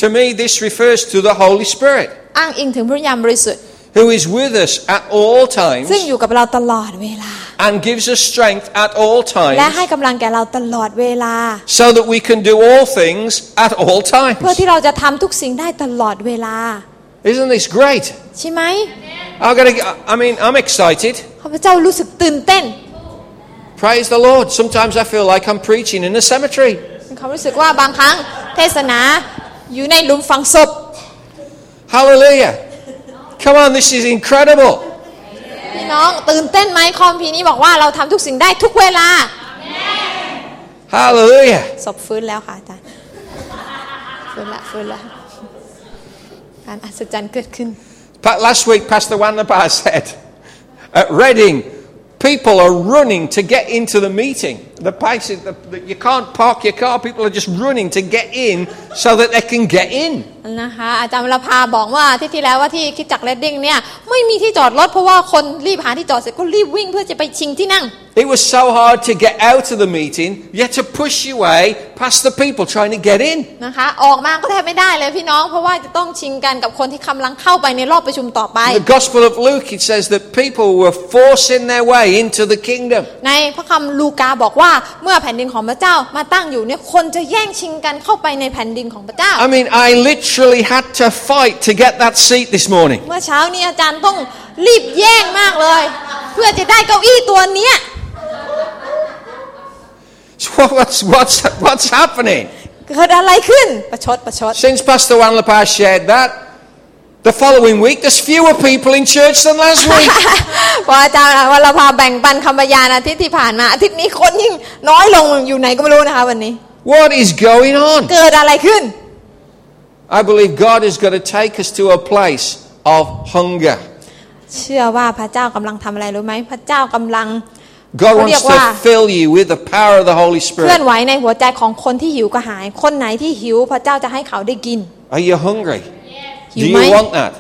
Speaker 1: to me this refers to the Holy Spirit,
Speaker 2: อ้างอิงถึงพระวิญญาณบริสุทธิ์
Speaker 1: who is with us at all times
Speaker 2: ซึ่งอยู่กับเราตลอดเวลา
Speaker 1: and gives us strength at all
Speaker 2: และให้
Speaker 1: times
Speaker 2: กำลังแก่เราตลอดเวลา
Speaker 1: so that we can do all things at all
Speaker 2: เพื่อ
Speaker 1: times.
Speaker 2: ที่เราจะทำทุกสิ่งได้ตลอดเวลา
Speaker 1: Isn't this great?
Speaker 2: ใช่ไหม
Speaker 1: I gotta, I mean, I'm excited.
Speaker 2: ข้าพเจ้ารู้สึกตื่นเต้น
Speaker 1: Praise the Lord. Sometimes I feel like I'm preaching in a cemetery.
Speaker 2: มีความรู้สึกว่าบางครั้งเทศนาอยู่ในหลุมฝังศพ
Speaker 1: Hallelujah. Come on, this is incredible.
Speaker 2: พี่น้องตื่นเต้นไหมคอมพีนี้บอกว่าเราทำทุกสิ่งได้ทุกเวลา
Speaker 1: Hallelujah.
Speaker 2: ศพฟื้นแล้วค่ะอาจารย์ฟื้นละฟื้นละการอัศจรรย์เกิดขึ้น
Speaker 1: Pa- Last week, Pastor Wannabar said at Reading, people are running to get into the meeting. The pace is, the, the, you can't park your car. People are just running to get in so that they can get in.
Speaker 2: นะคะอาจารย์วรภาบอกว่าอาที่ที่แล้วว่าที่คิดจักรเลดดิ้งเนี่ยไม่มีที่จอดรถเพราะว่าคนรีบหาที่จอดเสร็จก็รีบวิ่งเพื่อจะไปชิงที่นั่ง
Speaker 1: It was so hard to get out of the meeting, you had to push your way past the people trying to get in.
Speaker 2: นะคะออกมาก็แทบไม่ได้เลยพี่น้อง เพราะว่าจะต้องชิงกันกับคนที่กำลังเข้าไปในรอบประชุมต่อไป
Speaker 1: In the Gospel of Luke, it says that people were forcing their way into the kingdom.
Speaker 2: ในพระคำลูกาบอกว่าเมื่อแผ่นดินของพระเจ้ามาตั้งอยู่เนี่ยคนจะแย่งชิงกันเข้าไปในแผ่นดินของพระเจ้า
Speaker 1: I mean, I literally had to fight to get that seat this morning.
Speaker 2: เมื่อเช้านี้อาจารย์ต้องรีบแย่งมากเลย เพื่อจะได้เก้าอี้ตัวเนี้ย
Speaker 1: So What's, what's, what's happening?
Speaker 2: เกิดอะไรขึ้นประชดประชด
Speaker 1: Since Pastor Juan Lapaz shared that, the following week there's fewer people in church than last week.
Speaker 2: พออาจารย์วรภาแบ่งปันคำพยานอาทิตย์ที่ผ่านมาอาทิตย์นี้คนยิ่งน้อยลงอยู่ไหนก็ไม่รู้นะคะวันนี้
Speaker 1: what is going on?
Speaker 2: เกิดอะไรขึ้น
Speaker 1: I believe God is going to take us to a place of hunger.
Speaker 2: เชื่อว่าพระเจ้ากำลังทำอะไรรู้ไหมพระเจ้ากำลัง
Speaker 1: God
Speaker 2: What do
Speaker 1: wants
Speaker 2: you
Speaker 1: to
Speaker 2: want?
Speaker 1: fill you with the power of the Holy
Speaker 2: เคลื่อ
Speaker 1: Spirit.
Speaker 2: นไหวในหัวใจของคนที่หิวกระหาย คนไหนที่หิวพระเจ้าจะให้เขาได้กิน
Speaker 1: Are you hungry?
Speaker 2: หิว
Speaker 1: Do
Speaker 2: ไหม
Speaker 1: you want that?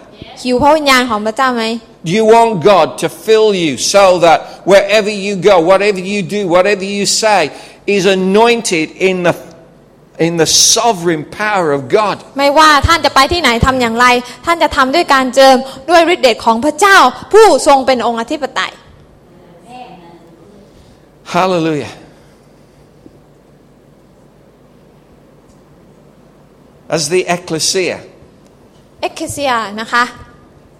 Speaker 2: หิวพระวิญญาณของพระเจ้าไหม
Speaker 1: Do you want God to fill you so that wherever you go, whatever you do, whatever you say, is anointed in the in the sovereign power of God?
Speaker 2: ไม่ว่าท่านจะไปที่ไหนทำอย่างไร ท่านจะทำด้วยการเจิมด้วยฤทธิ์เดชของพระเจ้า ผู้ทรงเป็นองค์อธิปไตย
Speaker 1: Hallelujah. As the ecclesia,
Speaker 2: เอ็กเคเซียนะคะ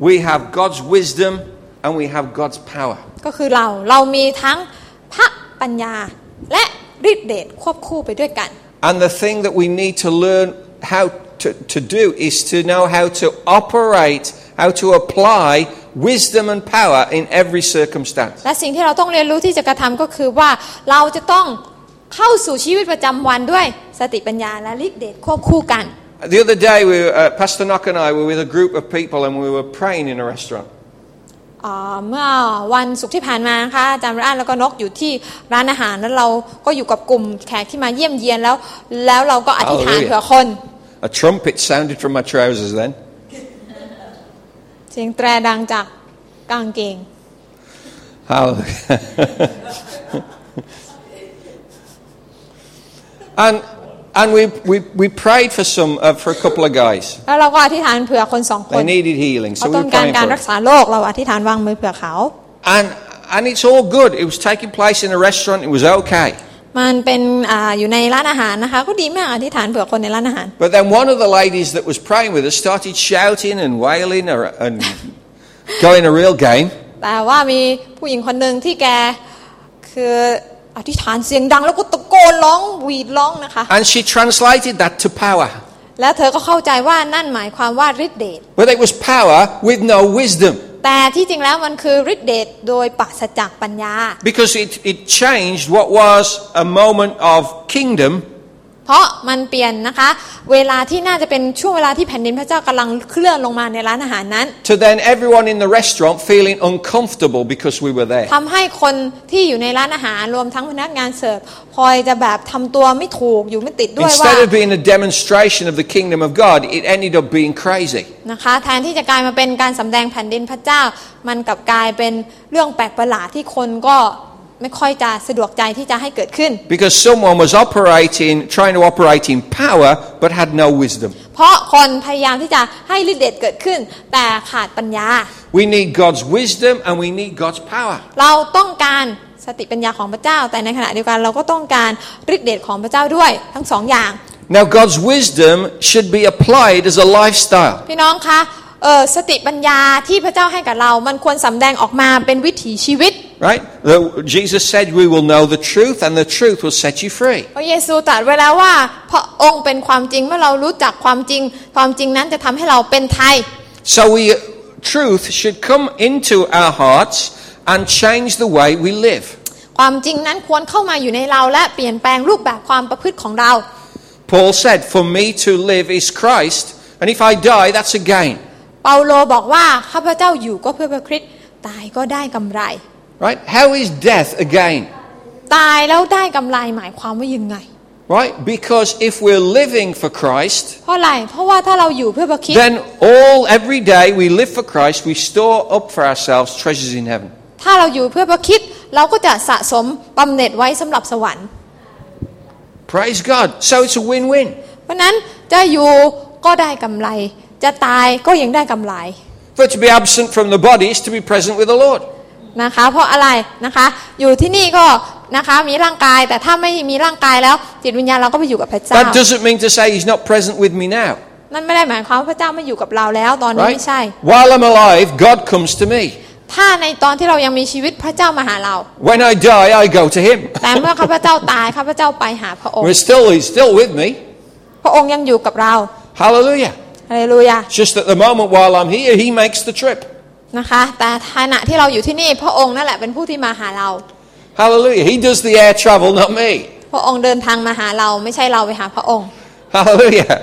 Speaker 1: we have God's wisdom and we have God's power.
Speaker 2: ก็คือเราเรามีทั้งพระปัญญา และฤทธิ์เดชควบคู่ไปด้วยกัน
Speaker 1: And the thing that we need to learn how to, to do is to know how to operate, how to apply wisdom and power in every circumstance.
Speaker 2: และสิ่งที่เราต้องเรียนรู้ที่จะกระทำก็คือว่าเราจะต้องเข้าสู่ชีวิตประจำวันด้วยสติปัญญาและฤทธิ์เดชควบคู่กัน
Speaker 1: The other day, we were, uh, Pastor Knock and I were with a group of people and we were praying in a restaurant.
Speaker 2: อ่าเมื่อวันศุกร์ที่ผ่านมานะคะอาจารย์ร้านแล้วก็นกอยู่ที่ร้านอาหารแล้วเราก็อยู่กับกลุ่มแขกที่มาเยี่ยมเยียนแล้ว แล้วเราก็อธิษฐาน
Speaker 1: Hallelujah.
Speaker 2: เผื่อคน
Speaker 1: A trumpet sounded from my trousers then.
Speaker 2: เสียงแตรดังจากกางเกง
Speaker 1: Hallelujah. and and we, we, we prayed for some uh, for a couple of guys.
Speaker 2: แล้วเราก็อธิษฐานเผื่อคนสองค
Speaker 1: They
Speaker 2: น
Speaker 1: needed healing,
Speaker 2: เขา
Speaker 1: so we
Speaker 2: ต้อง
Speaker 1: were
Speaker 2: การ
Speaker 1: praying
Speaker 2: การ
Speaker 1: for them.
Speaker 2: รักษาโรคเราอธิษฐานวางมือเผื่อเขา
Speaker 1: And and it's all good. It was taking place in a restaurant. It was okay.
Speaker 2: มันเป็นอาอยู่ในร้านอาหารนะคะ ก็ดีมากอธิษฐานเผื่อคนในร้านอาหาร
Speaker 1: But then one of the ladies that was praying with us started shouting and wailing or- and going a real game.
Speaker 2: แต่ว่ามีผู้หญิงคนหนึ่งที่แกคืออธิษฐานเสียงดังแล้วก็ตะโกนร้องหวีดร้องนะคะ
Speaker 1: And she translated that to power.
Speaker 2: แล้วเธอก็เข้าใจว่านั่นหมายความว่าฤทธิเดช
Speaker 1: But it was power with no wisdom.
Speaker 2: แต่ที่จริงแล้วมันคือฤทธิเดชโดยปราศจากปัญญา
Speaker 1: Because it, it changed what was a moment of kingdom
Speaker 2: เพราะมันเปลี่ยนนะคะ เวลาที่น่าจะเป็นช่วงเวลาที่แผ่นดินพระเจ้ากำลังเคลื่อนลงมาในร้านอาหารนั้น
Speaker 1: to then everyone in the restaurant feeling uncomfortable because we were there.
Speaker 2: ทำให้คนที่อยู่ในร้านอาหารรวมทั้งพนักงานเสิร์ฟพลอยจะแบบทำตัวไม่ถูกอยู่ไม่ติดด้วยว่า
Speaker 1: Instead of being a demonstration of the kingdom of God, it ended up being crazy.
Speaker 2: นะคะแทนที่จะกลายมาเป็นการสำแดงแผ่นดินพระเจ้า มันกลับกลายเป็นเรื่องแปลกประหลาดที่คนก็ไม่ค่อยจะสะดวกใจที่จะให้เกิดขึ้น
Speaker 1: Because someone was operating, trying to operate in power, but had no wisdom.
Speaker 2: เพราะคนพยายามที่จะให้ฤทธิ์เดชเกิดขึ้น แต่ขาดปัญญา
Speaker 1: We need God's wisdom and we need God's power.
Speaker 2: เราต้องการสติปัญญาของพระเจ้า แต่ในขณะเดียวกันเราก็ต้องการฤทธิ์เดชของพระเจ้าด้วยทั้งสองอย่าง
Speaker 1: Now, God's wisdom should be applied as a lifestyle.
Speaker 2: พี่น้องคะเออสติปัญญาที่พระเจ้าให้กับเรา มันควรสำแดงออกมาเป็นวิถีชีวิต
Speaker 1: Right? The- Jesus said, We will know the truth, and the truth will set you free.
Speaker 2: พระเยซูตรัสไว้แล้วว่าพระองค์เป็นความจริงเมื่อเรารู้จักความจริง ความจริงนั้นจะทำให้เราเป็นไทย
Speaker 1: So, we, truth should come into our hearts and change the way we live.
Speaker 2: ความจริงนั้นควรเข้ามาอยู่ในเราและเปลี่ยนแปลงรูปแบบความประพฤติของเรา
Speaker 1: Paul said, For me to live is Christ, and if I die, that's a gain.
Speaker 2: เปาโลบอกว่าข้าพเจ้าอยู่ก็เพื่อพระคริสต์ตายก็ได้กำไร
Speaker 1: Right? How is death a gain?
Speaker 2: ตายแล้วได้กำไรหมายความว่ายังไง
Speaker 1: Right? Because if we're living for Christ,
Speaker 2: เพราะอะไร เพราะว่าถ้าเราอยู่เพื่อพระคริด
Speaker 1: then all every day we live for Christ, we store up for ourselves treasures in heaven.
Speaker 2: ถ้าเราอยู่เพื่อพระคริดเราก็จะสะสมบำเหน็จไว้สำหรับสวรรค์
Speaker 1: Praise God. So it's a win-win.
Speaker 2: เพราะนั้นจะอยู่ก็ได้กำไร จะตายก็ยังได้กำไร
Speaker 1: For to be absent from the body is to be present with the Lord.
Speaker 2: นะคะ เพราะอะไรนะคะ อยู่ที่นี่ก็นะคะมีร่างกายแต่ถ้าไม่มีร่างกายแล้ว จิตวิญญาณเราก็ไปอยู่กับพระเจ้า
Speaker 1: That doesn't mean to say he's not present with me now.
Speaker 2: นั่นไม่ได้หมายความว่าพระเจ้าไม่อยู่กับเราแล้วตอนนี้
Speaker 1: Right?
Speaker 2: ไม่ใช่
Speaker 1: While I'm alive, God comes to me.
Speaker 2: ถ้าในตอนที่เรายังมีชีวิตพระเจ้ามาหาเรา
Speaker 1: When I die, I go to him.
Speaker 2: แต่เมื่อข้าพเจ้าตายข้าพเจ้าไปหาพระองค์
Speaker 1: We're still, he's still with me.
Speaker 2: พระองค์ยังอยู่กับเรา
Speaker 1: Hallelujah.
Speaker 2: ฮาเลลูยา
Speaker 1: It's just at the moment while I'm here, he makes the trip.
Speaker 2: นะคะ แต่ขณะที่เราอยู่ที่นี่พระองค์นั่นแหละเป็นผู้ที่มาหาเรา
Speaker 1: Hallelujah. He does the air travel, not me.
Speaker 2: พระองค์เดินทางมาหาเราไม่ใช่เราไปหาพระองค์
Speaker 1: Hallelujah.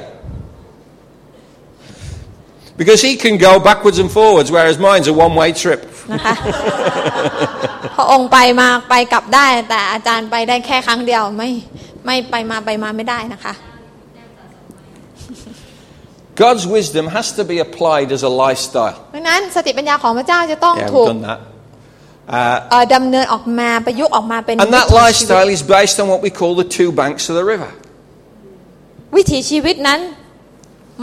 Speaker 1: Because he can go backwards and forwards, whereas mine's a one way trip.
Speaker 2: นะคะ พระองค์ไปมาไปกลับได้ แต่อาจารย์ไปได้แค่ครั้งเดียวไม่ไม่ไปมาไปมาไม่ได้นะคะ
Speaker 1: God's wisdom has to be applied as a lifestyle.
Speaker 2: ดังนั้นสติปัญญาของพระเจ้าจะต้อง
Speaker 1: Yeah,
Speaker 2: ถู
Speaker 1: we've
Speaker 2: ก
Speaker 1: done that. Uh,
Speaker 2: เอ่อดำเนินออกมาประยุกต์ออกมาเป็น
Speaker 1: and that
Speaker 2: วิถีชีวิต
Speaker 1: lifestyle is based on what we call the two banks of the river.
Speaker 2: วิถีชีวิตนั้น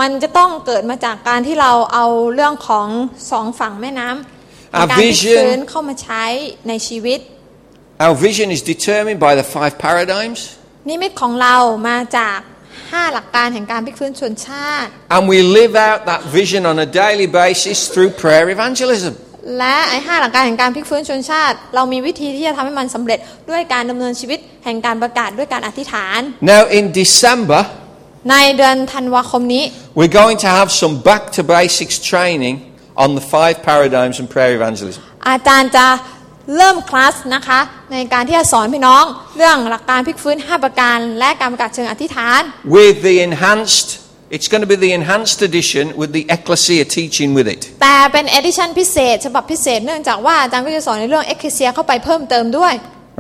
Speaker 2: มันจะต้องเกิดมาจากการที่เราเอาเรื่องของสองฝั่งแม่น้ำใน
Speaker 1: Our
Speaker 2: การที่
Speaker 1: vision
Speaker 2: ฟื้นเข้ามาใช้ในชีวิต
Speaker 1: Our vision is determined by the five paradigms,
Speaker 2: นิมิตของเรามาจากห้าหลักการแห่งการพลิกฟื้นชนชาติ
Speaker 1: and we live out that vision on a daily basis through prayer evangelism.
Speaker 2: และไอ้ห้าหลักการแห่งการพลิกฟื้นชนชาติ เรามีวิธีที่จะทำให้มันสำเร็จด้วยการดำเนินชีวิตแห่งการประกาศด้วยการอธิษฐาน
Speaker 1: Now, in December,
Speaker 2: ในเดือนธันวาคมนี้
Speaker 1: We're going to have some back to basics training on the five paradigms and prayer evangelism.
Speaker 2: อาจารย์จะเริ่มคลาสนะคะ ในการที่จะสอนพี่น้อง เรื่องหลักการพลิกฟื้น 5 ประการและการประกาศเชิงอธิษฐาน
Speaker 1: With the enhanced, it's going to be the enhanced edition with the ecclesia teaching with it.
Speaker 2: แต่เป็นเอดิชันพิเศษ ฉบับพิเศษเนื่องจากว่าอาจารย์ก็จะสอนในเรื่องเอ็กเซียเข้าไปเพิ่มเติมด้วย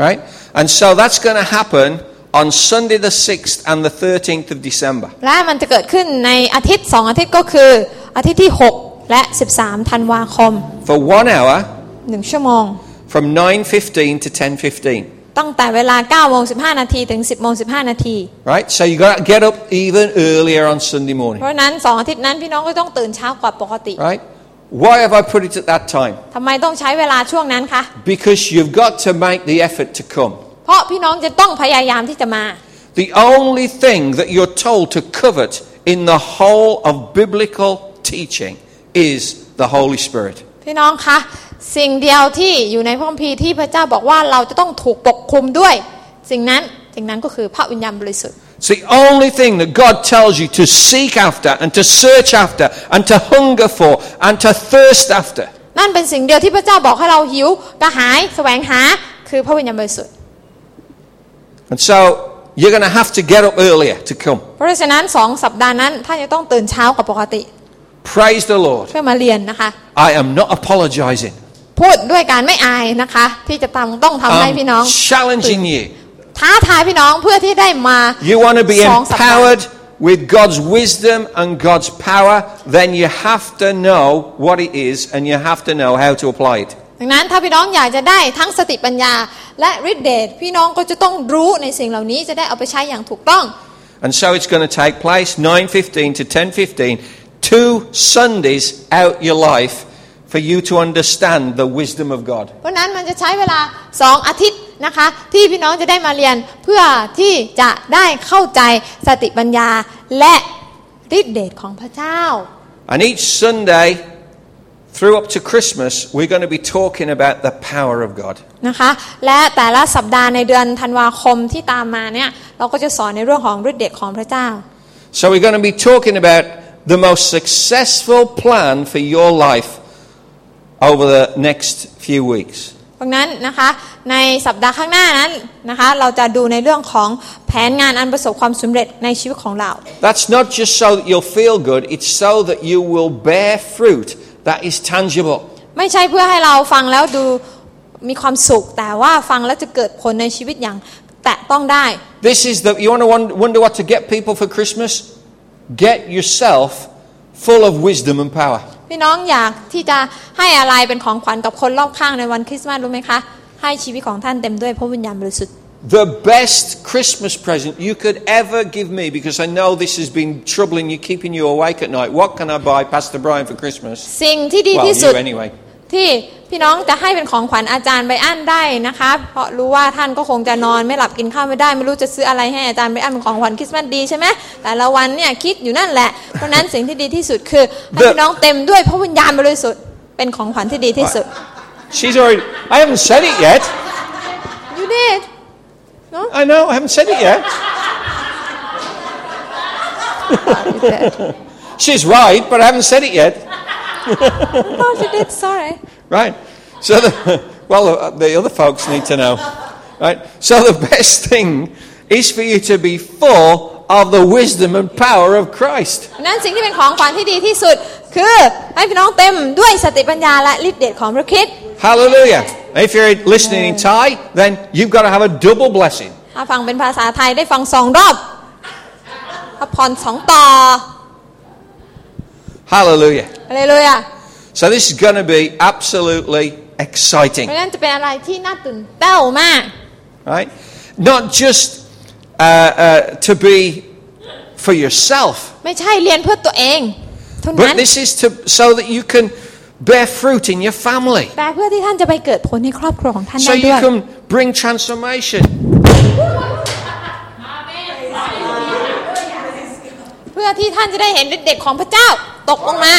Speaker 1: Right? And so that's going to happen on Sunday the 6th and the 13th of December.
Speaker 2: และมันจะเกิดขึ้นในอาทิตย์ 2 อาทิตย์ก็คือ อาทิตย์ที่ 6 และ 13 ธันวาคม
Speaker 1: For one hour
Speaker 2: 1 ชั่วโมง
Speaker 1: from 9.15 to 10.15.
Speaker 2: ตั้งแต่เวลา9โมง15 นาทีถึง 10โมง15 นาที
Speaker 1: Right? So you got to get up even earlier on Sunday
Speaker 2: เพ
Speaker 1: morning.
Speaker 2: ราะฉะนั้น 2 อาทิตย์นั้นพี่น้องก็ต้องตื่นเช้ากว่าปกติ
Speaker 1: Right? Why have I put it at that time?
Speaker 2: ทำไมต้องใช้เวลาช่วงนั้นคะ
Speaker 1: Because you've got to make the effort to come.
Speaker 2: เพราะพี่น้องจะต้องพยายามที่จะมา
Speaker 1: The only thing that you're told to covet in the whole of biblical teaching is the Holy Spirit.
Speaker 2: พี่น้องคะ สิ่งเดียวที่อยู่ในพระคัมภีร์ที่พระเจ้าบอกว่าเราจะต้องถูกปกคลุมด้วย สิ่งนั้นสิ่งนั้นก็คือพระวิญญาณบริสุทธิ์
Speaker 1: It's the only thing that God tells you to seek after and to search after and to hunger for and to thirst after.
Speaker 2: นั่นเป็นสิ่งเดียวที่พระเจ้าบอกให้เราหิวกระหายแสวงหาคือพระวิญญาณบริสุทธิ์
Speaker 1: And so you're going to have to get up earlier to come.
Speaker 2: เพราะฉะนั้นสองสัปดาห์นั้นท่านจะต้องตื่นเช้ากว่าปกติ
Speaker 1: Praise the Lord.
Speaker 2: เพื่อมาเรียนนะคะ
Speaker 1: I am not apologizing.
Speaker 2: พูดด้วยการไม่อายนะคะ ที่จะตามต้องทำให้พี่น้อง
Speaker 1: I'm challenging you.
Speaker 2: ท้าทายพี่น้องเพื่อที่ได้มา
Speaker 1: You want to be
Speaker 2: สองสัปดาห์
Speaker 1: empowered with God's wisdom and God's power, then you have to know what it is and you have to know how to apply it.
Speaker 2: ดังนั้นถ้าพี่น้องอยากจะได้ทั้งสติปัญญาและฤทธิเดชพี่น้องก็จะต้องรู้ในสิ่งเหล่านี้จะได้เอาไปใช้อย่างถูกต้อง
Speaker 1: And so it's going to take place 9:15 to 10:15, two Sundays out your life for you to understand the wisdom of God.
Speaker 2: เพราะฉะนั้นมันจะใช้เวลา 2 อาทิตย์นะคะ ที่พี่น้องจะได้มาเรียนเพื่อที่จะได้เข้าใจสติปัญญาและฤทธิเดชของพระเจ้า
Speaker 1: And each Sunday through up to Christmas, we're going to be talking about the power of God.
Speaker 2: นะคะ และแต่ละสัปดาห์ในเดือนธันวาคมที่ตามมาเนี่ยเราก็จะสอนในเรื่องของฤทธิเดชของพระเจ้า
Speaker 1: So we're going to be talking about the most successful plan for your life over the next few weeks.
Speaker 2: ดังนั้นนะคะในสัปดาห์ข้างหน้านั้นนะคะเราจะดูในเรื่องของแผนงานอันประสบความสำเร็จในชีวิตของเรา
Speaker 1: That's not just so that you'll feel good, it's so that you will bear fruit that is tangible.
Speaker 2: ไม่ใช่เพื่อให้เราฟังแล้วดู มีความสุข แต่ว่าฟังแล้วจะเกิดผลในชีวิตอย่างแตะต้องได้
Speaker 1: This is the, you want to won- wonder what to get people for Christmas? Get yourself full of wisdom and power.
Speaker 2: พี่น้องอยากที่จะให้อะไรเป็นของขวัญกับคนรอบข้างในวันคริสต์มาสรู้ไหมคะ ให้ชีวิตของท่านเต็มด้วยพระวิญญาณบริสุทธิ์
Speaker 1: The best Christmas present you could ever give me, because I know this has been troubling you, keeping you awake at night. What can I buy Pastor Brian for Christmas?
Speaker 2: สิ่งที่ดี
Speaker 1: Well,
Speaker 2: ที่สุด
Speaker 1: you anyway.
Speaker 2: ที่พี่น้องจะให้เป็นของขวัญอาจารย์ไบอันได้นะคะ เพราะรู้ว่าท่านก็คงจะนอนไม่หลับกินข้าวไม่ได้ ไม่รู้จะซื้ออะไรให้อาจารย์ไบอันเป็นของขวัญคริสต์มาสดีใช่ไหมแต่ละวันเนี่ยคิดอยู่นั่นแหละ เพราะฉะนั้นสิ่งที่ดีที่สุดคือให้
Speaker 1: The-
Speaker 2: พี่น้องเต็มด้วยพระวิญญาณบริสุทธิ์เป็นของขวัญที่ดีที่สุด
Speaker 1: She's already, I haven't said it yet.
Speaker 2: ยูดิด
Speaker 1: I know, I haven't said it yet. She's right, but I haven't said it yet.
Speaker 2: oh you did sorry
Speaker 1: Right. So, the, well, uh, the other folks need to know. Right. So, the best thing is for you to be full of the wisdom and power of Christ.
Speaker 2: เพราะฉะนั้นสิ่งที่เป็นของขวัญที่ดีที่สุด คือให้พี่น้องเต็มด้วยสติปัญญาและฤทธิ์เดชของพระคริสต์
Speaker 1: Hallelujah. If you're listening in Thai, then you've got to have a double blessing.
Speaker 2: ถ้าฟังเป็นภาษาไทยได้ฟังสองรอบพระพรสองต่อ
Speaker 1: Hallelujah.
Speaker 2: อะไรเลยอ่ะ
Speaker 1: So, this is going to be absolutely
Speaker 2: เพ
Speaker 1: exciting.
Speaker 2: ราะฉะนั้นจะเป็นอะไรที่น่าตื่นเต้นมาก
Speaker 1: right? Not just uh, uh, to be for yourself,
Speaker 2: ไม่ใช่เรียนเพื่อตัวเองเท่า
Speaker 1: but
Speaker 2: นั้น
Speaker 1: this is to so that you can bear fruit in your family,
Speaker 2: แต่เพื่อที่ท่านจะไปเกิดผลในครอบครัวของท่าน
Speaker 1: so
Speaker 2: ได้
Speaker 1: you
Speaker 2: ด้วย
Speaker 1: can bring transformation.
Speaker 2: เพื่อที่ท่านจะได้เห็นฤทธิ์เดชของพระเจ้าตกลงมา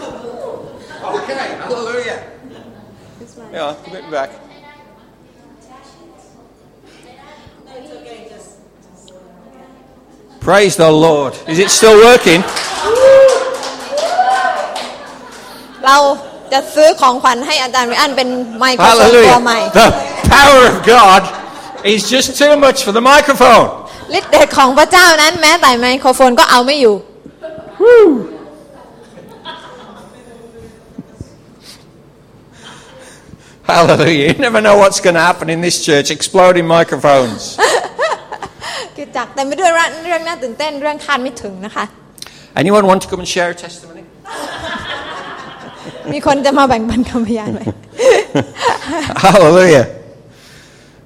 Speaker 1: Okay, hallelujah. Yeah, come it back. Praise the Lord. Is it still working?
Speaker 2: เราจะซื้อของขวัญให้อาจารย์วิอันเป็นไมโครโฟนตัว
Speaker 1: Hallelujah.
Speaker 2: ใหม่
Speaker 1: The power of God is just too much for the microphone.
Speaker 2: ฤทธิ์เดชของพระเจ้านั้นแม้แต่ไมโครโฟนก็เอาไม่อยู่
Speaker 1: Hallelujah. You never know what's going to happen in this church. Exploding microphones.
Speaker 2: คือจักรเต็มไปด้วยเรื่องเรื่องน่าตื่นเต้นเรื่องคาดไม่ถึงนะคะ
Speaker 1: Anyone want to come and share a testimony?
Speaker 2: มีคนจะมาแบ่งปันคำพยานไหม
Speaker 1: Hallelujah.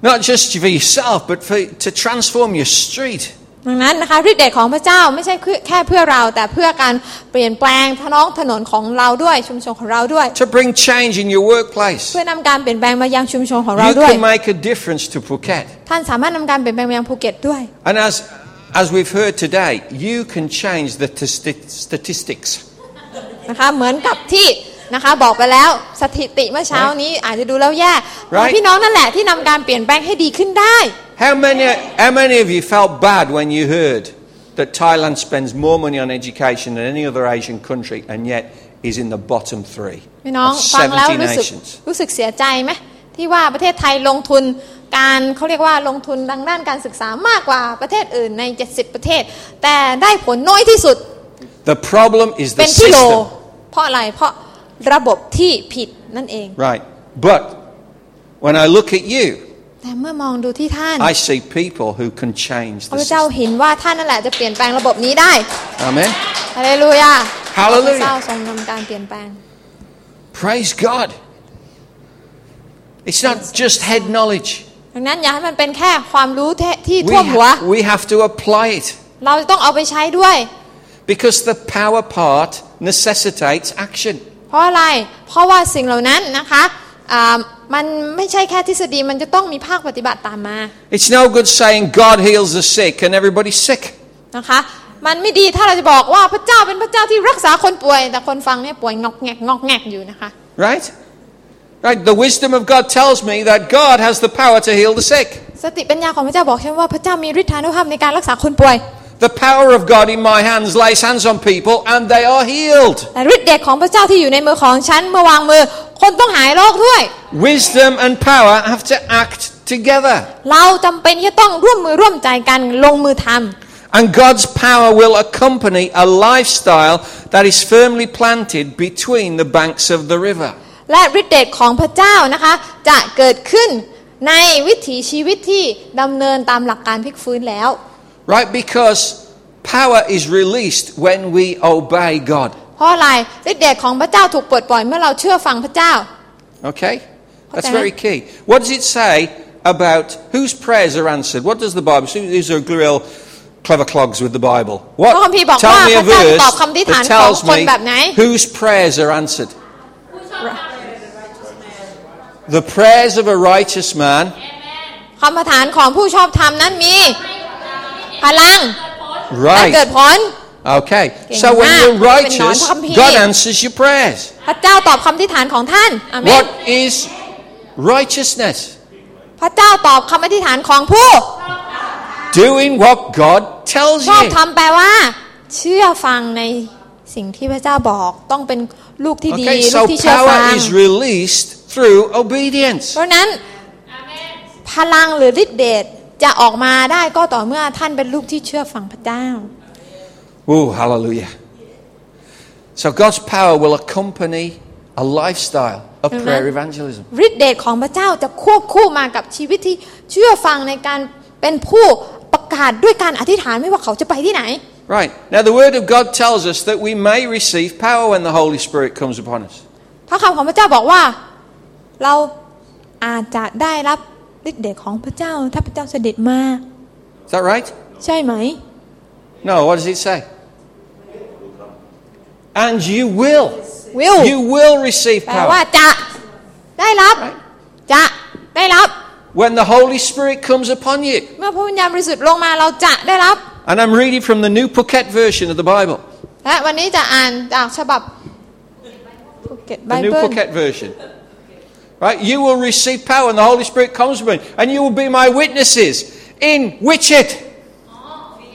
Speaker 1: Not just for yourself, but for, to transform your street.
Speaker 2: ดังนั้นนะคะฤทธิ์เดชของพระเจ้าไม่ใช่แค่เพื่อเรา แต่เพื่อการเปลี่ยนแปลงท้องถนนของเราด้วยชุมชนของเราด้วย
Speaker 1: To bring change in your workplace.
Speaker 2: เพื่อนำการเปลี่ยนแปลงมายังชุมชนของเรา
Speaker 1: You
Speaker 2: ด้วย
Speaker 1: can make a difference to Phuket.
Speaker 2: ท่านสามารถนำการเปลี่ยนแปลงมายังภูเก็ตด้วย
Speaker 1: And as, as we've heard today, you can change the testi- statistics.
Speaker 2: นะคะเหมือนกับที่นะคะบอกไปแล้วสถิติเมื่อเช้านี้อาจจะดูแล้วแย่แต่
Speaker 1: Right.
Speaker 2: พี่น้องนั่นแหละที่นำการเปลี่ยนแปลงให้ดีขึ้นได้
Speaker 1: How many, how many of you felt bad when you heard that Thailand spends more money on education than any other Asian country and yet is in the bottom three?
Speaker 2: พี่น้อง
Speaker 1: of
Speaker 2: ฟังแล้ว
Speaker 1: 70
Speaker 2: รู้สึก
Speaker 1: nations.
Speaker 2: รู้สึกเสียใจไหมที่ว่าประเทศไทยลงทุนการเขาเรียกว่าลงทุนดังด้านการศึกษามากกว่าประเทศอื่นใน 70 ประเทศ แต่ได้ผลน้อยที่สุด
Speaker 1: The problem is
Speaker 2: เป็
Speaker 1: the
Speaker 2: นที่โล
Speaker 1: system.
Speaker 2: เพราะอะไรเพราะระบบที่ผิดนั่นเอง
Speaker 1: Right. But when I look at you,
Speaker 2: แต่เมื่อมองดูที่ท่าน
Speaker 1: I see people who can change
Speaker 2: พ
Speaker 1: the
Speaker 2: ระเจ้า
Speaker 1: system.
Speaker 2: เห็นว่าท่านนั่นแหละจะเปลี่ยนแปลงระบบนี้ได้
Speaker 1: Amen.
Speaker 2: ฮาเลลูยา
Speaker 1: Hallelujah
Speaker 2: พระเจ้าทรงนำการเปลี่ยนแปลง
Speaker 1: Praise God. It's not just head knowledge.
Speaker 2: ดังนั้นอย่าให้มันเป็นแค่ความรู้ที่
Speaker 1: We,
Speaker 2: ท่วมหัว
Speaker 1: ha- we have to apply it
Speaker 2: เราจะต้องเอาไปใช้ด้วย
Speaker 1: because the power part necessitates action.
Speaker 2: เพราะอะไร เพราะว่าสิ่งเหล่านั้นนะคะอ่ามันไม่ใช่แค่ทฤษฎี มันจะต้องมีภาคปฏิบัติตามมา
Speaker 1: It's no good saying God heals the sick and everybody's sick.
Speaker 2: นะคะ มันไม่ดีถ้าเราจะบอกว่าพระเจ้าเป็นพระเจ้าที่รักษาคนป่วย แต่คนฟังเนี่ยป่วยงอกแงกงอกแงกอยู่นะคะ
Speaker 1: Right? Right? The wisdom of God tells me that God has the power to heal the sick.
Speaker 2: สติปัญญาของพระเจ้าบอกฉันว่าพระเจ้ามีฤทธานุภาพในการรักษาคนป่วย
Speaker 1: The power of God in my hands lays hands on people and they are healed.
Speaker 2: แต่ฤทธิ์เดชของพระเจ้าที่อยู่ในมือของฉันเมื่อวางมือ คนต้องหายโรคด้วย
Speaker 1: Wisdom and power have to act together.
Speaker 2: เราจำเป็นที่จะต้องร่วมมือร่วมใจกันลงมือทำ
Speaker 1: And God's power will accompany a lifestyle that is firmly planted between the banks of the river.
Speaker 2: และฤทธิเดชของพระเจ้านะคะ จะเกิดขึ้นในวิถีชีวิตที่ดำเนินตามหลักการพลิกฟื้นแล้ว
Speaker 1: Right? Because power is released when we obey God.
Speaker 2: เพราะอะไรฤทธิเดชของพระเจ้าถูกปลดปล่อยเมื่อเราเชื่อฟังพระเจ้า
Speaker 1: Okay? That's
Speaker 2: Okay.
Speaker 1: very key. What does it say about whose prayers are answered? What does the Bible say? These are real clever clogs with the Bible.
Speaker 2: พระคัมภี
Speaker 1: What?
Speaker 2: ร์บอก
Speaker 1: Tell
Speaker 2: ว่า
Speaker 1: me
Speaker 2: พ
Speaker 1: a
Speaker 2: ระเจ้าตอบคำ
Speaker 1: verse
Speaker 2: ที่ฐาน
Speaker 1: that
Speaker 2: ของ
Speaker 1: tells
Speaker 2: คน
Speaker 1: me
Speaker 2: แบบไหน
Speaker 1: whose prayers are answered. The prayers of a righteous man
Speaker 2: คำประฐานของผู้ชอบธรรมนั้นมี พลังและเกิด
Speaker 1: Right.
Speaker 2: ผล
Speaker 1: Okay.
Speaker 2: King
Speaker 1: So when
Speaker 2: Mark,
Speaker 1: you're
Speaker 2: Robin Lord,
Speaker 1: righteous,
Speaker 2: Pompey.
Speaker 1: God answers your prayers.
Speaker 2: พระเจ้าตอบคำที่ฐานของท่านอาเมน
Speaker 1: What is righteousness?
Speaker 2: พระเจ้าตอบคำอธิษฐานของผู้
Speaker 1: Doing what God tells
Speaker 2: ชอบ
Speaker 1: you.
Speaker 2: ธรรมแปลว่า เชื่อฟังในสิ่งที่พระเจ้าบอกต้องเป็นลูกที่ดี
Speaker 1: Okay,
Speaker 2: ลู
Speaker 1: so
Speaker 2: กที่เชื่อฟัง
Speaker 1: power is released through obedience.
Speaker 2: เพราะฉะนั้นพลังหรือฤทธิเดชจะออกมาได้ก็ต่อเมื่อท่านเป็นลูกที่เชื่อฟังพระเจ้า
Speaker 1: Oh, hallelujah. So God's power will accompany a lifestyle of
Speaker 2: Amen.
Speaker 1: prayer evangelism.
Speaker 2: ฤทธิเดชของพระเจ้าจะควบคู่มากับชีวิตที่เชื่อฟังในการเป็นผู้ประกาศด้วยการอธิษฐานไม่ว่าเขาจะไปที่ไหน
Speaker 1: Right. Now, the Word of God tells us that we may receive power when the Holy Spirit comes upon us.
Speaker 2: พระคำของพระเจ้าบอกว่า เราอาจจะได้รับฤทธิเดชของพระเจ้าถ้าพระเจ้าเสด็จมา
Speaker 1: Is that right?
Speaker 2: ใช่ไหม
Speaker 1: No, what does it say? And you will.
Speaker 2: วิว
Speaker 1: You will receive
Speaker 2: แปลว่า
Speaker 1: power.
Speaker 2: จะได้รับ
Speaker 1: Right.
Speaker 2: จะได้รับ
Speaker 1: When the Holy Spirit comes upon you.
Speaker 2: เมื่อพระวิญญาณบริสุทธิ์ลงมาเราจะได้รับ
Speaker 1: And I'm reading from the New Phuket version of the Bible.
Speaker 2: และวันนี้จะอ่านจากฉบับภูเก็ตไบ
Speaker 1: The New
Speaker 2: เบิล
Speaker 1: Phuket version. Right? You will receive power and the Holy Spirit comes upon you, and you will be my witnesses in Wichit.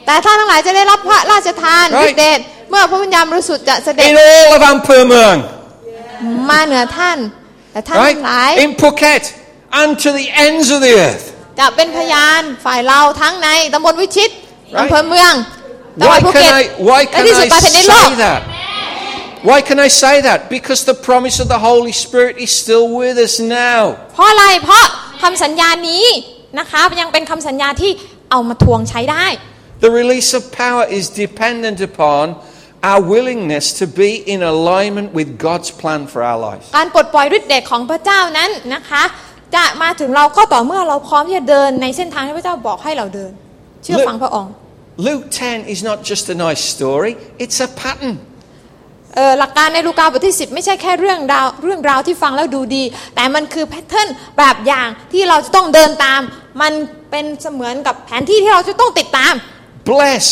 Speaker 2: แต่ท่านทั้งหลายจะได้รับพระราชทาน
Speaker 1: Right.
Speaker 2: ฤทธิเดชเมื่อพระวิญญาณบริสุทธิ์จะเสด็จ
Speaker 1: in all of Ampermung,
Speaker 2: มาเหนือท่าน แต่ท่านทั้งหลาย
Speaker 1: right? In Phuket and to the ends of the earth.
Speaker 2: จะเป็นพยานฝ่ายเราทั้งในตำบลวิชิต
Speaker 1: Right.
Speaker 2: อำเภอเมืองจังหวั
Speaker 1: Why
Speaker 2: ดภูเก็ต
Speaker 1: can I? Why
Speaker 2: และ
Speaker 1: can
Speaker 2: ที่สุด
Speaker 1: I
Speaker 2: ประเทศใน
Speaker 1: say
Speaker 2: โลก
Speaker 1: that? Why can I say that? Because the promise of the Holy Spirit is still with us now.
Speaker 2: เพราะอะไร เพราะคำสัญญานี้นะคะยังเป็นคำสัญญาที่เอามาทวงใช้ได้
Speaker 1: The release of power is dependent upon our willingness to be in alignment with God's plan for our lives.
Speaker 2: การปลดปล่อยฤทธิ์เดชของพระเจ้านั้นนะคะ จะมาถึงเราก็ต่อเมื่อเราพร้อมที่จะเดินในเส้นทางที่พระเจ้าบอกให้เราเดิน เชื่อฟังพระองค์
Speaker 1: Luke 10 is not just a nice story, it's a pattern.
Speaker 2: เออหลักการในลูกาบทที่ 10 ไม่ใช่แค่เรื่องราวเรื่องราวที่ฟังแล้วดูดี แต่มันคือแพทเทิร์นแบบอย่างที่เราจะต้องเดินตาม มันเป็นเสมือนกับแผนที่ที่เราจะต้องติดตาม
Speaker 1: Bless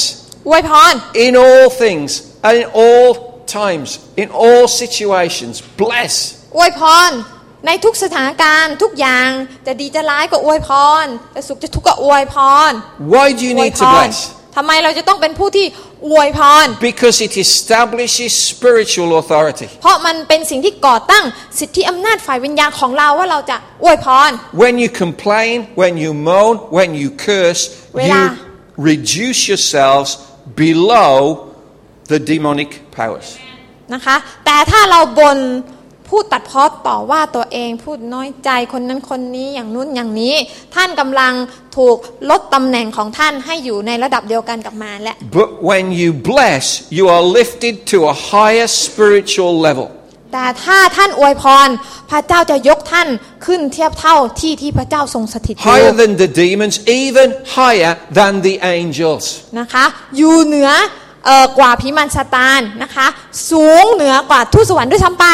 Speaker 2: อวยพร
Speaker 1: in all things and in all times, in all situations. Bless.
Speaker 2: อวยพร ในทุกสถานการณ์ทุกอย่างจะดีจะร้ายก็อวยพรจะสุขจะทุกข์ก็อวยพร
Speaker 1: Why do you
Speaker 2: อวย
Speaker 1: need
Speaker 2: พ
Speaker 1: to
Speaker 2: ร
Speaker 1: bless?
Speaker 2: ทำไมเราจะต้องเป็นผู้ที่อวยพร
Speaker 1: Because it establishes spiritual authority.
Speaker 2: เพราะมันเป็นสิ่งที่ก่อตั้งสิทธิอำนาจฝ่ายวิญญาณของเราว่าเราจะอวยพร
Speaker 1: When you complain, when you moan, when you curse,
Speaker 2: Wala.
Speaker 1: you reduce yourselves below the demonic powers.
Speaker 2: นะคะ แต่ถ้าเราบน่นพูดตัดพ้อต่อว่าตัวเองพูดน้อยใจคนนั้นคนนี้อย่างนู้นอย่างนี้ ท่านกำลังถูกลดตำแหน่งของท่านให้อยู่ในระดับเดียวกันกับมารและ
Speaker 1: But when you bless, you are lifted to a higher spiritual level.
Speaker 2: แต่ถ้าท่านอวยพร พระเจ้าจะยกท่านขึ้นเทียบเท่าที่ที่พระเจ้าทรงสถิตอ
Speaker 1: higher
Speaker 2: ยู่
Speaker 1: than the demons, even higher than the angels.
Speaker 2: นะคะอยู่เหนือเอ่อกว่าผีมันซาตานนะคะ สูงเหนือกว่าทูตสวรรค์ด้วยซ้ำไป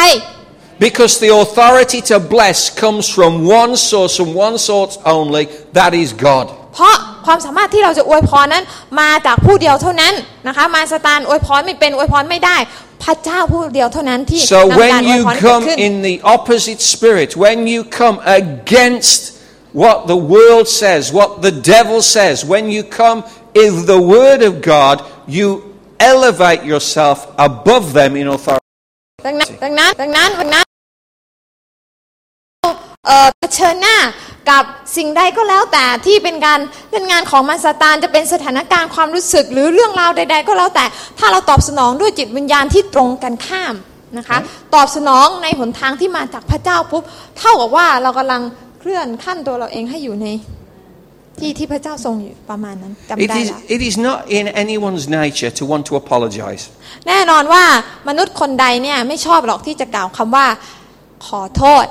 Speaker 1: Because the authority to bless comes from one source and one source only, that is God.
Speaker 2: เพราะความสามารถที่เราจะอวยพรนั้นมาจากผู้เดียวเท่านั้นนะคะมารสตานอวยพรไม่เป็นอวยพรไม่ได้ พระเจ้าผู้เดียวเท่านั้นที่
Speaker 1: So
Speaker 2: นำกา
Speaker 1: when
Speaker 2: รอวย
Speaker 1: you
Speaker 2: พรให้เกิด
Speaker 1: come
Speaker 2: ขึ้น
Speaker 1: in the opposite spirit, when you come against what the world says, what the devil says, when you come in the word of God, you elevate yourself above them in authority.
Speaker 2: ดังนั้นดังนั้นดังนั้นดังนั้นเอ่อเผชิญหน้า กับสิ่งใดก็แล้วแต่ที่เป็นการเป็นงานของมารซาตานจะเป็นสถานการณ์ความรู้สึกหรือเรื่องราวใด ๆ ก็แล้วแต่ ถ้าเราตอบสนองด้วยจิตวิญญาณที่ตรงกันข้ามนะคะ ตอบสนองในหนทางที่มาจากพระเจ้าปุ๊บเท่ากับว่าเรากำลังเคลื่อนขั้นตัวเราเองให้อยู่ในที่ที่พระเจ้าทรงอยู่ประมาณนั้นจำ
Speaker 1: It
Speaker 2: ได้
Speaker 1: is,
Speaker 2: ละ
Speaker 1: it is not in anyone's nature to want to apologize.
Speaker 2: แน่นอนว่ามนุษย์คนใดเนี่ยไม่ชอบหรอกที่จะกล่าวคำว่าขอโทษ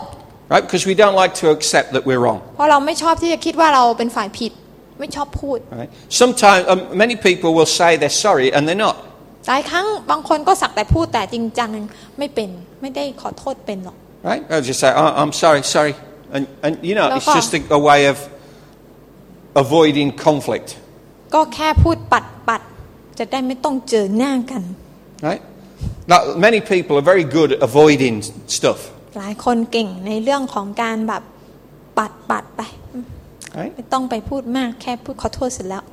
Speaker 1: Right? Because we don't like to accept that we're wrong.
Speaker 2: เพราะเราไม่ชอบที่จะคิดว่าเราเป็นฝ่ายผิด ไม่ชอบพูด
Speaker 1: Right? Sometimes, um, many people will say they're sorry and they're not.
Speaker 2: หลายครั้งบางคนก็สักแต่พูดแต่จริงจังไม่เป็นไม่ได้ขอโทษเป็นหรอก
Speaker 1: Right? They'll just say, oh, I'm sorry, sorry. And, and you know,
Speaker 2: No
Speaker 1: it's just a, a way of avoiding conflict.
Speaker 2: ก็แค่พูดปัดปัดๆจะได้ไม่ต้องเจอหน้ากัน
Speaker 1: Right? Now, many people are very good at avoiding stuff.
Speaker 2: หลายคนเก่งในเรื่องของการแบบปัดปัดๆไป
Speaker 1: Right?
Speaker 2: ไม่ต้องไปพูดมากแค่พูดขอโทษเสร็จแล้ว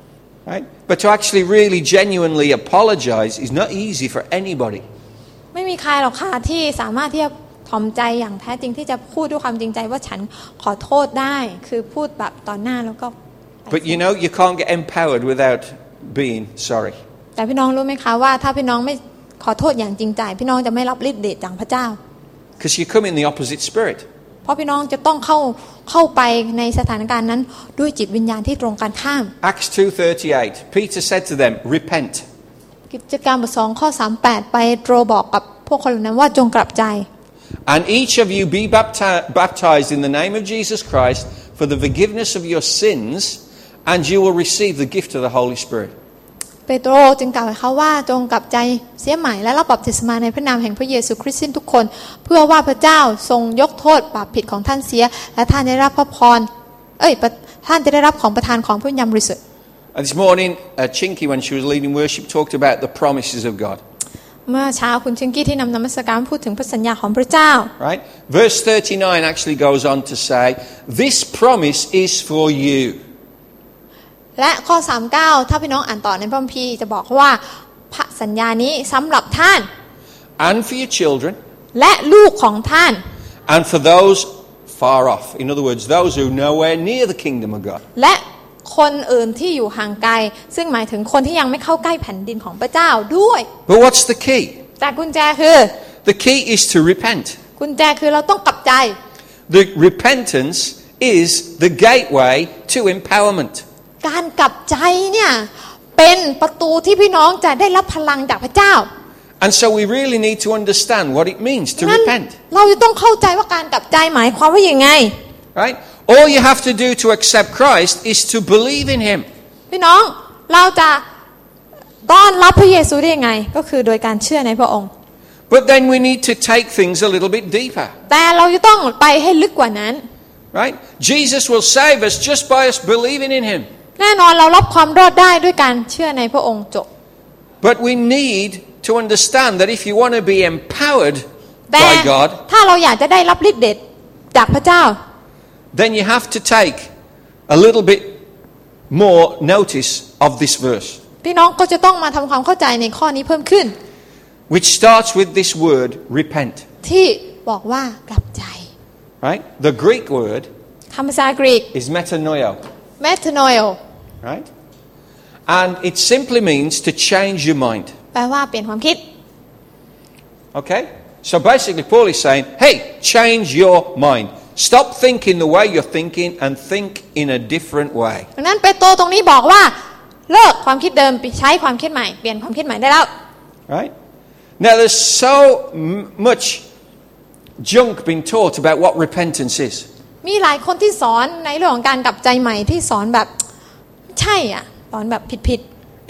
Speaker 1: Right? But to actually really genuinely apologize is not easy for anybody.
Speaker 2: ไม่มีใครหรอกค่ะที่สามารถที่จะถ่อมใจอย่างแท้จริงที่จะพูดด้วยความจริงใจว่าฉันขอโทษได้ คือพูดแบบต่อหน้าแล้วก็ไป
Speaker 1: But you know, you can't get empowered without being sorry.
Speaker 2: แต่พี่น้องรู้ไหมคะว่าถ้าพี่น้องไม่ขอโทษอย่างจริงใจ พี่น้องจะไม่รับฤทธิ์เดชจากพระเจ้า
Speaker 1: Because you come in the opposite spirit.
Speaker 2: เพราะพี่น้องจะต้องเข้าเข้าไปในสถานการณ์นั้นด้วยจิตวิญญาณที่ตรงกันข้าม
Speaker 1: Acts 2:38. Peter said to them, "Repent."
Speaker 2: กิจการบทสองข้อ 38 ไปโตรบอกกับพวกคนเหล่านั้นว่าจงกลับใจ
Speaker 1: And each of you be bapti- baptized in the name of Jesus Christ for the forgiveness of your sins, and you will receive the gift of the Holy Spirit.
Speaker 2: เปโตรจึงกล่าวกับเขาว่าจงกลับใจเสียใหม่และรับบัพติศมาในพระนามแห่งพระเยซูคริสต์สิ้นทุกคน เพื่อว่าพระเจ้าทรงยกโทษบาปผิดของท่านเสีย และท่านได้รับพระพรเอ้ยประท่านจะได้รับของประทานของพระวิญญาณบริสุทธิ์
Speaker 1: And this morning, uh, Chinky, when she was leading worship, talked about the promises of God.
Speaker 2: เมื่อเช้าคุณชิงกี้ที่นำนมัสการพูดถึงพระสัญญาของพระเจ้า
Speaker 1: Right? Verse 39 actually goes on to say, This promise is for you.
Speaker 2: และข้อ 39 ถ้าพี่น้องอ่านต่อในพระคัมภีร์จะบอกว่าพระสัญญานี้สำหรับท่าน
Speaker 1: and for your children,
Speaker 2: และลูกของท่าน
Speaker 1: and for those far off. In other words, those who are nowhere near the kingdom of God.
Speaker 2: และคนอื่นที่อยู่ห่างไกล ซึ่งหมายถึงคนที่ยังไม่เข้าใกล้แผ่นดินของพระเจ้าด้วย
Speaker 1: But what's the key?
Speaker 2: แต่กุญแจคือ
Speaker 1: The key is to repent.
Speaker 2: กุญแจคือเราต้องกลับใจ
Speaker 1: The repentance is the gateway to empowerment.
Speaker 2: การกลับใจเนี่ยเป็นประตูที่พี่น้องจะได้รับพลังจากพระเจ้า
Speaker 1: And so we really need to understand what it means to
Speaker 2: งั้น
Speaker 1: repent,
Speaker 2: เราจะต้องเข้าใจว่าการกลับใจหมายความว่าอย่างไง
Speaker 1: right? All you have to do to accept Christ is to believe in him.
Speaker 2: พี่น้องเราจะต้อนรับพระเยซูได้ยังไง ก็คือโดยการเชื่อในพระองค์
Speaker 1: But then we need to take things a little bit deeper,
Speaker 2: แต่เราจะต้องไปให้ลึกกว่านั้น
Speaker 1: right? Jesus will save us just by us believing in him.
Speaker 2: แน่นอนเรารับความรอดได้ด้วยการเชื่อในพระองค์จบ
Speaker 1: But we need to understand that if you want to be empowered
Speaker 2: แต่
Speaker 1: by God,
Speaker 2: ถ้าเราอยากจะได้รับฤทธิ์เดชจากพระเจ้า
Speaker 1: then you have to take a little bit more notice of this verse,
Speaker 2: พี่น้องก็จะต้องมาทำความเข้าใจในข้อนี้เพิ่มขึ้น
Speaker 1: which starts with this word repent,
Speaker 2: ที่บอกว่ากลับใจ
Speaker 1: right? The Greek word
Speaker 2: คำภาษากรีก
Speaker 1: is metanoia,
Speaker 2: metanoia
Speaker 1: right? And it simply means to change your mind,
Speaker 2: แปลว่าเปลี่ยนความคิด
Speaker 1: okay? So basically, Paul is saying, hey, change your mind. Stop thinking the way you're thinking and think in a different way.
Speaker 2: ดังนั้นเปโตรตรงนี้บอกว่า เลิกความคิดเดิมไปใช้ความคิดใหม่เปลี่ยนความคิดใหม่ได้แล้ว
Speaker 1: Right? Now, there's so m- much junk being taught about what repentance is.
Speaker 2: มีหลายคนที่สอนในเรื่องของการกลับใจใหม่ที่สอนแบบ ใช่อ่ะสอนแบบผิด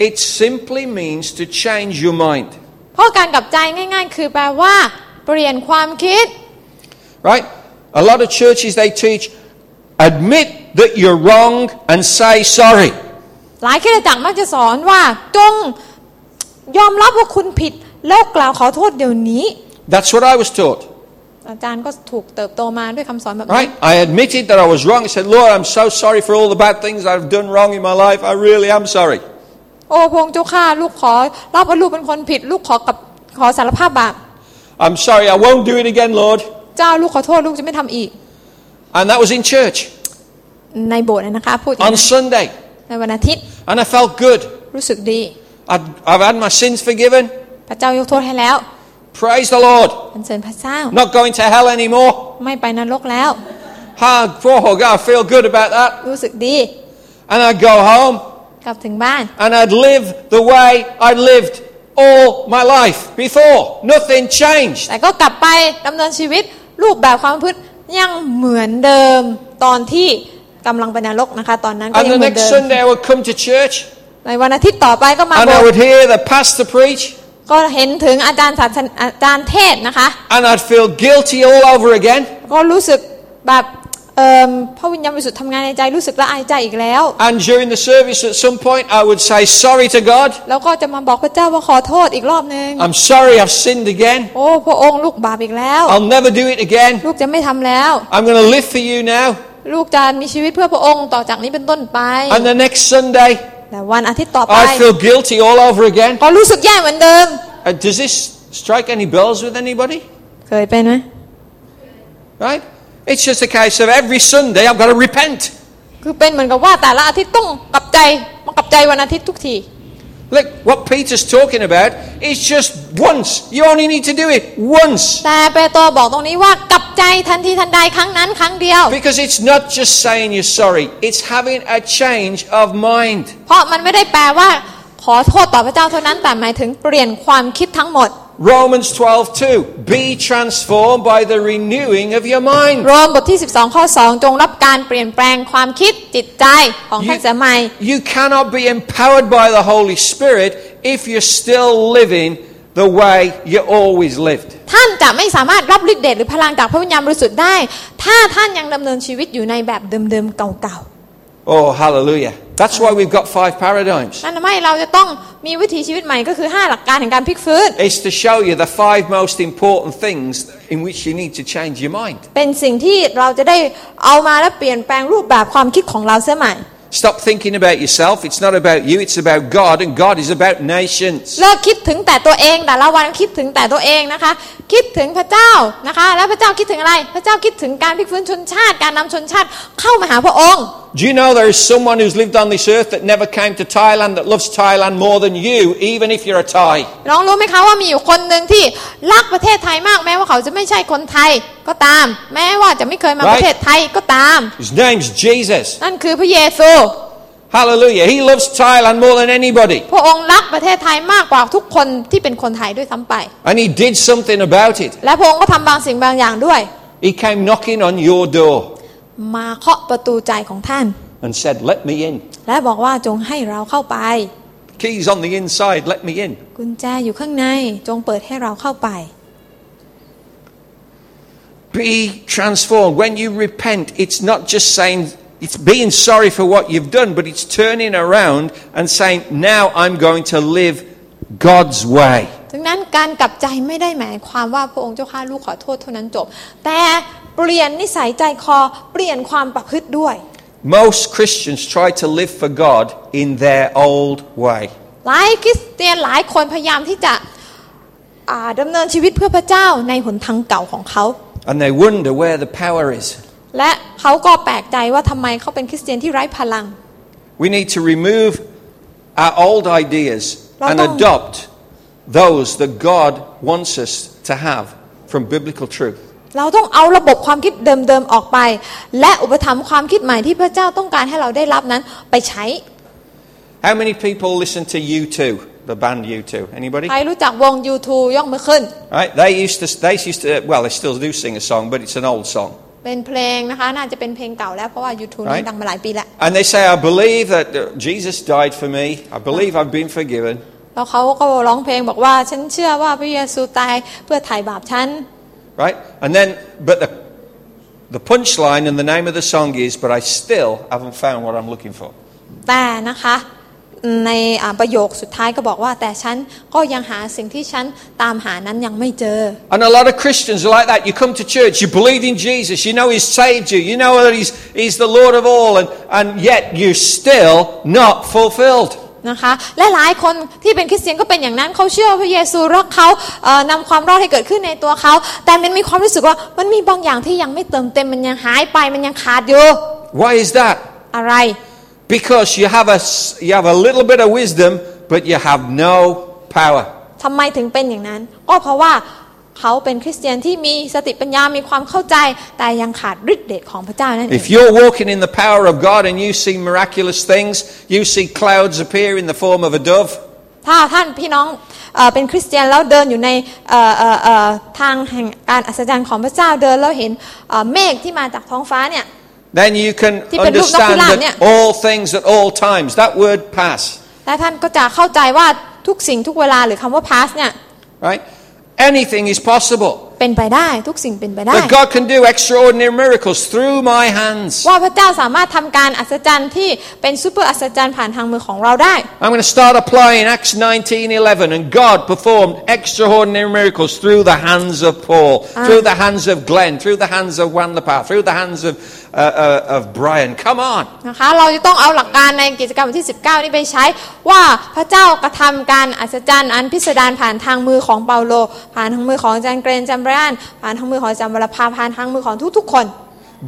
Speaker 1: It simply means to change your mind.
Speaker 2: ๆ เพราะการกลับใจง่าย ๆ คือแปลว่า เปลี่ยนความคิด
Speaker 1: Right? A lot of churches, they teach admit that you're wrong and say sorry.
Speaker 2: หลายคริสตจักรมักจะสอนว่าจงยอมรับว่าคุณผิด แล้วกล่าวขอโทษเดี๋ยวนี้
Speaker 1: That's what I was taught.
Speaker 2: อาจารย์ก็ถูกเติบโตมาด้วยคำสอนแบบนี้
Speaker 1: Right? I admitted that I was wrong. I said, Lord, I'm so sorry for all the bad things I've done wrong in my life. I really am sorry.
Speaker 2: โอ้พระองค์เจ้าข้าลูกขอรับว่าลูกเป็นคนผิด ลูกขอกับขอสารภาพบาป
Speaker 1: I'm sorry. I won't do it again, Lord.
Speaker 2: เจ้าลูกขอโทษลูกจะไม่ทำอีก
Speaker 1: And that was in church.
Speaker 2: ในโบสถ์นะคะ พูดอย่าง
Speaker 1: on
Speaker 2: นั้น
Speaker 1: Sunday,
Speaker 2: ในวันอาทิตย์
Speaker 1: and I felt good.
Speaker 2: รู้สึกดี
Speaker 1: I'd, I've had my sins forgiven.
Speaker 2: พระเจ้ายกโทษให้แล้ว
Speaker 1: Praise the Lord.
Speaker 2: สรรเสริญพระเจ้า
Speaker 1: Not going to hell anymore.
Speaker 2: ไม่ไปนรกแล้ว
Speaker 1: Ah, oh God, I feel good about that.
Speaker 2: รู้สึกดี
Speaker 1: And I'd go home
Speaker 2: กลับถึงบ้าน
Speaker 1: and I'd live the way I'd lived all my life before. Nothing changed.
Speaker 2: แต่ก็กลับไปดำเนินชีวิตรูปแบบความประพฤติยังเหมือนเดิมตอนที่กำลังไปนรกนะคะ ตอนนั้นก็
Speaker 1: And
Speaker 2: ยัง
Speaker 1: the
Speaker 2: เหมือน
Speaker 1: next
Speaker 2: เดิม
Speaker 1: Sunday I would come to church
Speaker 2: ในวันอาทิตย์ต่อไปก็มา
Speaker 1: and
Speaker 2: โบ
Speaker 1: I
Speaker 2: ส
Speaker 1: would
Speaker 2: ถ์
Speaker 1: hear the pastor preach
Speaker 2: ก็เห็นถึงอาจารย์ศาสนอาจารย์เทศน์นะคะ
Speaker 1: and I'd feel guilty all over again
Speaker 2: ก็รู้สึกแบบเอิ่มพระวิญญาณบริสุทธิ์ทำงานในใจรู้สึกละอายใจอีกแล้ว
Speaker 1: and during the service at some point I would say sorry to God.
Speaker 2: แล้วก็จะมาบอกพระเจ้าว่าขอโทษอีกรอบหนึง
Speaker 1: I'm sorry I've sinned again.
Speaker 2: โอ้พระองค์ลูกบาปอีกแล้ว
Speaker 1: I'll never do it again.
Speaker 2: ลูกจะไม่ทำแล้ว
Speaker 1: I'm going to live for you now.
Speaker 2: ลูกจะมีชีวิตเพื่อพระองค์ต่อจากนี้เป็นต้นไป
Speaker 1: And the next Sunday
Speaker 2: แต่วันอาทิตย์ต่อไป
Speaker 1: I feel guilty all over again.
Speaker 2: ก็รู้สึกแย่เหมือนเดิม
Speaker 1: Uh, does this strike any bells with anybody?
Speaker 2: เคยเป็นไหม
Speaker 1: Right? It's just a case of every Sunday I've got to repent.
Speaker 2: คือเป็นเหมือนกับว่าแต่ละอาทิตย์ต้องกลับใจมากลับใจวันอาทิตย์ทุกที
Speaker 1: Look, what Peter's talking about is just once. You only need to do it once.
Speaker 2: แต่เปโตรบอกตรงนี้ว่ากลับใจทันทีทันใดครั้งนั้นครั้งเดียว
Speaker 1: Because it's not just saying you're sorry, it's having a change of mind.
Speaker 2: เพราะมันไม่ได้แปลว่า ขอโทษต่อพระเจ้าเท่านั้นแต่หมายถึงเปลี่ยนความคิดทั้งหมด
Speaker 1: Romans 12 2. Be transformed by the renewing of your mind.
Speaker 2: โรมบทที่ 12 ข้อ 2 จงรับการเปลี่ยนแปลงความคิดจิตใจของท่าน
Speaker 1: You,
Speaker 2: เสยใหมัย
Speaker 1: you cannot be empowered by the Holy Spirit if you're still living the way you always lived.
Speaker 2: ท่านจะไม่สามารถรับฤทธิ์เดชหรือพลังจากพระวิญญาณบริสุทธิ์ได้ ถ้าท่านยังดำเนินชีวิตอยู่ในแบบเดิมๆเก่า
Speaker 1: Oh, hallelujah. That's why we've got five paradigms.
Speaker 2: ๆ นั่นทำให้เราจะต้องมีวิถีชีวิตใหม่ก็คือ 5 หลักการแห่งการพลิกฟื้น
Speaker 1: It's to show you the five most important things in which you need to change your mind.
Speaker 2: เป็นสิ่งที่เราจะได้เอามาและเปลี่ยนแปลงรูปแบบความคิดของเราเสียใหม่
Speaker 1: Stop thinking about yourself. It's not about you, it's about God, and God is about nations.
Speaker 2: เลิกคิดถึงแต่ตัวเองแต่ละวันคิดถึงแต่ตัวเองนะคะ คิดถึงพระเจ้านะคะ แล้วพระเจ้าคิดถึงอะไร พระเจ้าคิดถึงการพลิกฟื้นชนชาติ การนำชนชาติเข้ามาหาพระองค์
Speaker 1: Do you know there is someone who's lived on this earth that never came to Thailand that loves Thailand more than you, even if you're a Thai?
Speaker 2: น้องรู้ไหมคะว่ามีอยู่คนหนึ่งที่รักประเทศไทยมากแม้ว่าเขาจะไม่ใช่คนไทยก็ตาม แม้ว่าจะไม่เคยมา
Speaker 1: Right.
Speaker 2: ประเทศไทยก็ตาม
Speaker 1: His name's Jesus.
Speaker 2: นั่นคือพระเยซู
Speaker 1: Hallelujah. He loves Thailand more than anybody.
Speaker 2: พระองค์รักประเทศไทยมากกว่าทุกคนที่เป็นคนไทยด้วยซ้ำไป
Speaker 1: And he did something about it.
Speaker 2: และพระองค์ก็ทำบางสิ่งบางอย่างด้วย
Speaker 1: He came knocking on your door
Speaker 2: มาเคาะประตูใจของท่าน
Speaker 1: and said, Let me in.
Speaker 2: และบอกว่าจงให้เราเข้าไป
Speaker 1: Keys on the inside, let me in.
Speaker 2: กุญแจอยู่ข้างในจงเปิดให้เราเข้าไป
Speaker 1: Be transformed. When you repent, it's not just saying, it's being sorry for what you've done, but it's turning around and saying, now I'm going to live God's way.
Speaker 2: ดังนั้นการกลับใจไม่ได้หมายความว่าพระองค์เจ้าข้าลูกขอโทษเท่านั้นจบ แต่เปลี่ยนนิสัยใจคอเปลี่ยนความประพฤติด้วย
Speaker 1: Most Christians try to live for God in their old way.
Speaker 2: หลายคริสเตียนหลายคนพยายามที่จะอ่าดำาเนินชีวิตเพื่อพระเจ้าในหนทางเก่าของเขา
Speaker 1: And they wonder where the power is.
Speaker 2: และเขาก็แปลกใจว่าทำไมเขาเป็นคริสเตียนที่ไร้พลัง
Speaker 1: We need to remove our old ideas
Speaker 2: Lao
Speaker 1: and
Speaker 2: dong.
Speaker 1: adopt those that God wants us to have from biblical truth.
Speaker 2: เราต้องเอาระบบความคิดเดิมๆออกไป และอุปถัมภ์ความคิดใหม่ที่พระเจ้าต้องการให้เราได้รับนั้นไปใช้
Speaker 1: How many people listen to U2, the band U2? Anybody?
Speaker 2: ใครรู้จักวง U2 ย่องมือขึ้น
Speaker 1: Right? They used to. They used to. Well, they still do sing a song, but it's an old song.
Speaker 2: เป็นเพลงนะคะ น่าจะเป็นเพลงเก่าแล้วเพราะว่า U2 นี่
Speaker 1: Right.
Speaker 2: ดังมาหลายปีแล้ว
Speaker 1: And they say, "I believe that uh, Jesus died for me. I believe I've been forgiven."
Speaker 2: แล้วเขาก็ร้องเพลงบอกว่าฉันเชื่อว่าพระเยซูตายเพื่อไถ่บาปฉัน
Speaker 1: Right? And then, but the the punchline and the name of the song is, "But I still haven't found what I'm looking for."
Speaker 2: แต่นะคะในอ่าประโยคสุดท้ายก็บอกว่าแต่ฉันก็ยังหาสิ่งที่ฉันตามหานั้นยังไม่เจอ
Speaker 1: And a lot of Christians are like that. You come to church, you believe in Jesus, you know He's saved you, you know that He's, he's the Lord of all, and, and yet you're still not fulfilled.
Speaker 2: นะคะและหลายคนที่เป็นคริสเตียนก็เป็นอย่างนั้นเขาเชื่อพระเยซูรักเขาเอ่อนำความรอดให้เกิดขึ้นในตัวเขา แต่มันมีความรู้สึกว่ามันมีบางอย่างที่ยังไม่เติมเต็มมันยังหายไปมันยังขาดอยู่
Speaker 1: Why is that?
Speaker 2: อะไร
Speaker 1: Because you have a, s- you have a little bit of wisdom, but you have no power.
Speaker 2: ทำไมถึงเป็นอย่างนั้น ก็เพราะว่าเขาเป็นคริสเตียนที่มีสติปัญญา มีความเข้าใจ แต่ยังขาดฤทธิ์เดชของพระเจ้านั่นเอง
Speaker 1: If you're walking in the power of God and you see miraculous things, you see clouds appear in the form of a dove,
Speaker 2: ถ้าท่านพี่น้องเอ่อเป็นคริสเตียนแล้วเดินอยู่ในเอ่อเอ่อเอ่อทางแห่งการอัศจรรย์ของพระเจ้าเดินแล้วเห็นเอ่อเมฆที่มาจากท้องฟ้าเนี่ย
Speaker 1: then you can
Speaker 2: Ti per Luca
Speaker 1: understand
Speaker 2: Filani,
Speaker 1: that
Speaker 2: eh?
Speaker 1: all things at all times, that word pass,
Speaker 2: และท่านก็จะเข้าใจว่าทุกสิ่งทุกเวลาหรือคำว่า pass เนี่ย
Speaker 1: right? Anything is possible.
Speaker 2: เป็นไปได้ทุกสิ่งเป็นไปได้
Speaker 1: That God can do extraordinary miracles through my hands.
Speaker 2: ว่าพระเจ้าสามารถทำการอัศจรรย์ที่เป็นซูเปอร์อัศจรรย์ผ่านทางมือของเราได้
Speaker 1: I'm going to start applying Acts 19:11 and God performed extraordinary miracles through the hands of Paul, through the hands of Glenn, through the hands of Wanlapa, through the hands of uh, uh, of Brian. Come on.
Speaker 2: นะคะเราจะต้องเอาหลักการในกิจกรรมวันที่ 19 นี้ไปใช้ว่าพระเจ้ากระทำการอัศจรรย์อันพิสดารผ่านทางมือของเปาโล ผ่านทางมือของอาจารย์เกรนจัมบรานผ่านทางมือของอาจารย์วรภาผ่านทางมือของทุกๆคน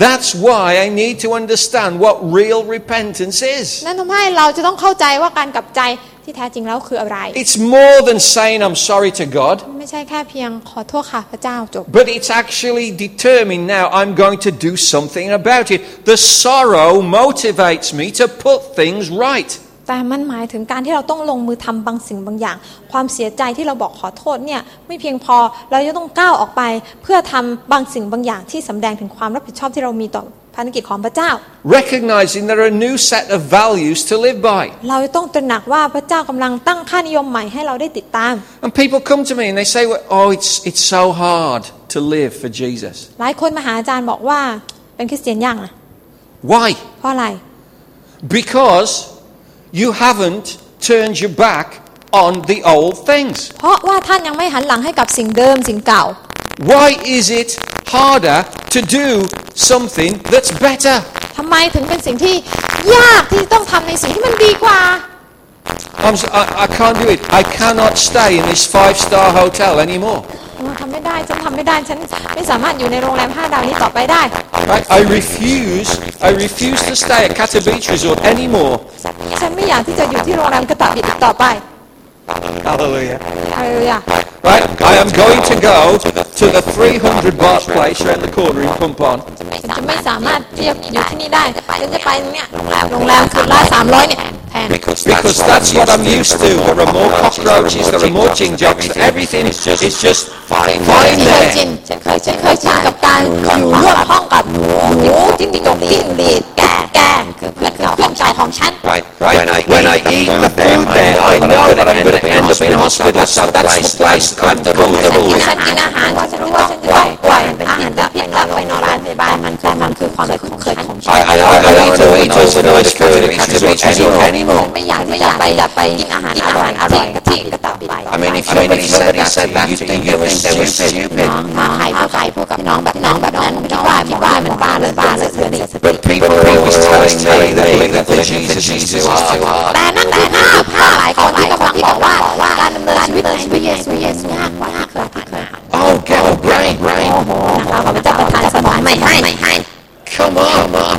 Speaker 1: That's why I need to understand what real repentance is.
Speaker 2: นั่นทำให้เราจะต้องเข้าใจว่าการกลับใจที่แท้จริงแล้วคืออะไร
Speaker 1: It's more than saying I'm sorry to God,
Speaker 2: ไม่ใช่แค่เพียงขอโทษค่ะพระเจ้าจบ
Speaker 1: but it's actually determined now I'm going to do something about it. The sorrow motivates me to put things right.
Speaker 2: แต่มันหมายถึงการที่เราต้องลงมือทำบางสิ่งบางอย่าง ความเสียใจที่เราบอกขอโทษเนี่ยไม่เพียงพอเราจะต้องก้าวออกไป เพื่อทำบางสิ่งบางอย่างที่สำแดงถึงความรับผิดชอบที่เรามีต่อภารกิจของพระเจ้า
Speaker 1: recognizing there are a new set of values to live by.
Speaker 2: เราจะต้องตระหนักว่าพระเจ้ากำลังตั้งค่านิยมใหม่ให้เราได้ติดตาม
Speaker 1: And people come to me and they say, well, "Oh, it's it's so hard to live for Jesus.
Speaker 2: หลายคนมาหาอาจารย์บอกว่าเป็นคริสเตียนยังนะ
Speaker 1: Why?
Speaker 2: เพราะอะไร
Speaker 1: Because you haven't turned your back on the old things.
Speaker 2: เพราะว่าท่านยังไม่หันหลังให้กับสิ่งเดิมสิ่งเก่า
Speaker 1: Why is it harder to do something that's better?
Speaker 2: ทำไมถึงเป็นสิ่งที่ยากที่ต้องทำในสิ่งที่มันดีกว่า
Speaker 1: I'm, s- I, I can't do it. I cannot stay in this five-star hotel anymore.
Speaker 2: มันทำไม่ได้ฉันทำไม่ได้ฉันไม่สามารถอยู่ในโรงแรมห้าดาวนี้ต่อไปได้
Speaker 1: Right? I refuse. I refuse to stay at Kata Beach Resort anymore.
Speaker 2: ฉันไม่อยากที่จะอยู่ที่โรงแรมกระตะบิดอีกต่อไป
Speaker 1: Hallelujah.
Speaker 2: อะไรอ่ะ
Speaker 1: Right, I am going to go to the 300 baht place around the corner in Pumpon.
Speaker 2: ฉันจะไม่สามารถเทียบอยู่ที่นี่ได้ฉันจะไปเนี่ยโรงแรมสุดละสามร้อยเนี่ยแทน
Speaker 1: Because that's what I'm used to. There are more cockroaches, there are more ching jocks, everything is just, it's just fine
Speaker 2: ฉันเคย
Speaker 1: there.
Speaker 2: ชินฉันเคยฉันเคยชินกับการอยู่ร่วมห้องกับหนูจิ้งจกจิ้งดีดแกแกคือเพื่อนเพื่อนชายของฉัน
Speaker 4: Right,
Speaker 1: Right?
Speaker 4: When I, when I eat the food there, I know that I'm going to end up in hospital, so that's the place that I'm comfortable
Speaker 2: กิน
Speaker 4: with.
Speaker 2: ฉันกินอาหารที่ฉันนึกว่าฉันจะได้ปล่อยอาหารจะพิษแล้วไปนอนโรงพยาบาลมันแต่มันคือความคุ้นเคยของฉัน
Speaker 4: I, I, I, I don't know eat all the nice food at Kata Beach Resort
Speaker 2: ฉั
Speaker 4: anymore.
Speaker 2: นไม่อยากที่จะไปอยากไปกินอาหารอร่อยอร่อยกับที่กระตับไป
Speaker 4: I mean, if somebody said that to you, you'd think they were stupid.
Speaker 2: น้องใครผู้ใครพูดกับน้องแบบน้องแบบนั้นน้องว่าพี่ว่ามันบ้าเลยบ้าเลยเสือเด็ก
Speaker 4: But people are always telling me they believe that the Jesus is too hard.
Speaker 2: แต่นั่นแต่หน้าภาพหลายคนที่กำลังบอกว่าการดำเนินชีวิตในชีวิตเยซูเยซูยากกว่ายากเกินไป
Speaker 4: Oh, go, brain, brain.
Speaker 2: เราก็จะประทานสมองไม่ให้
Speaker 4: Come on, come on.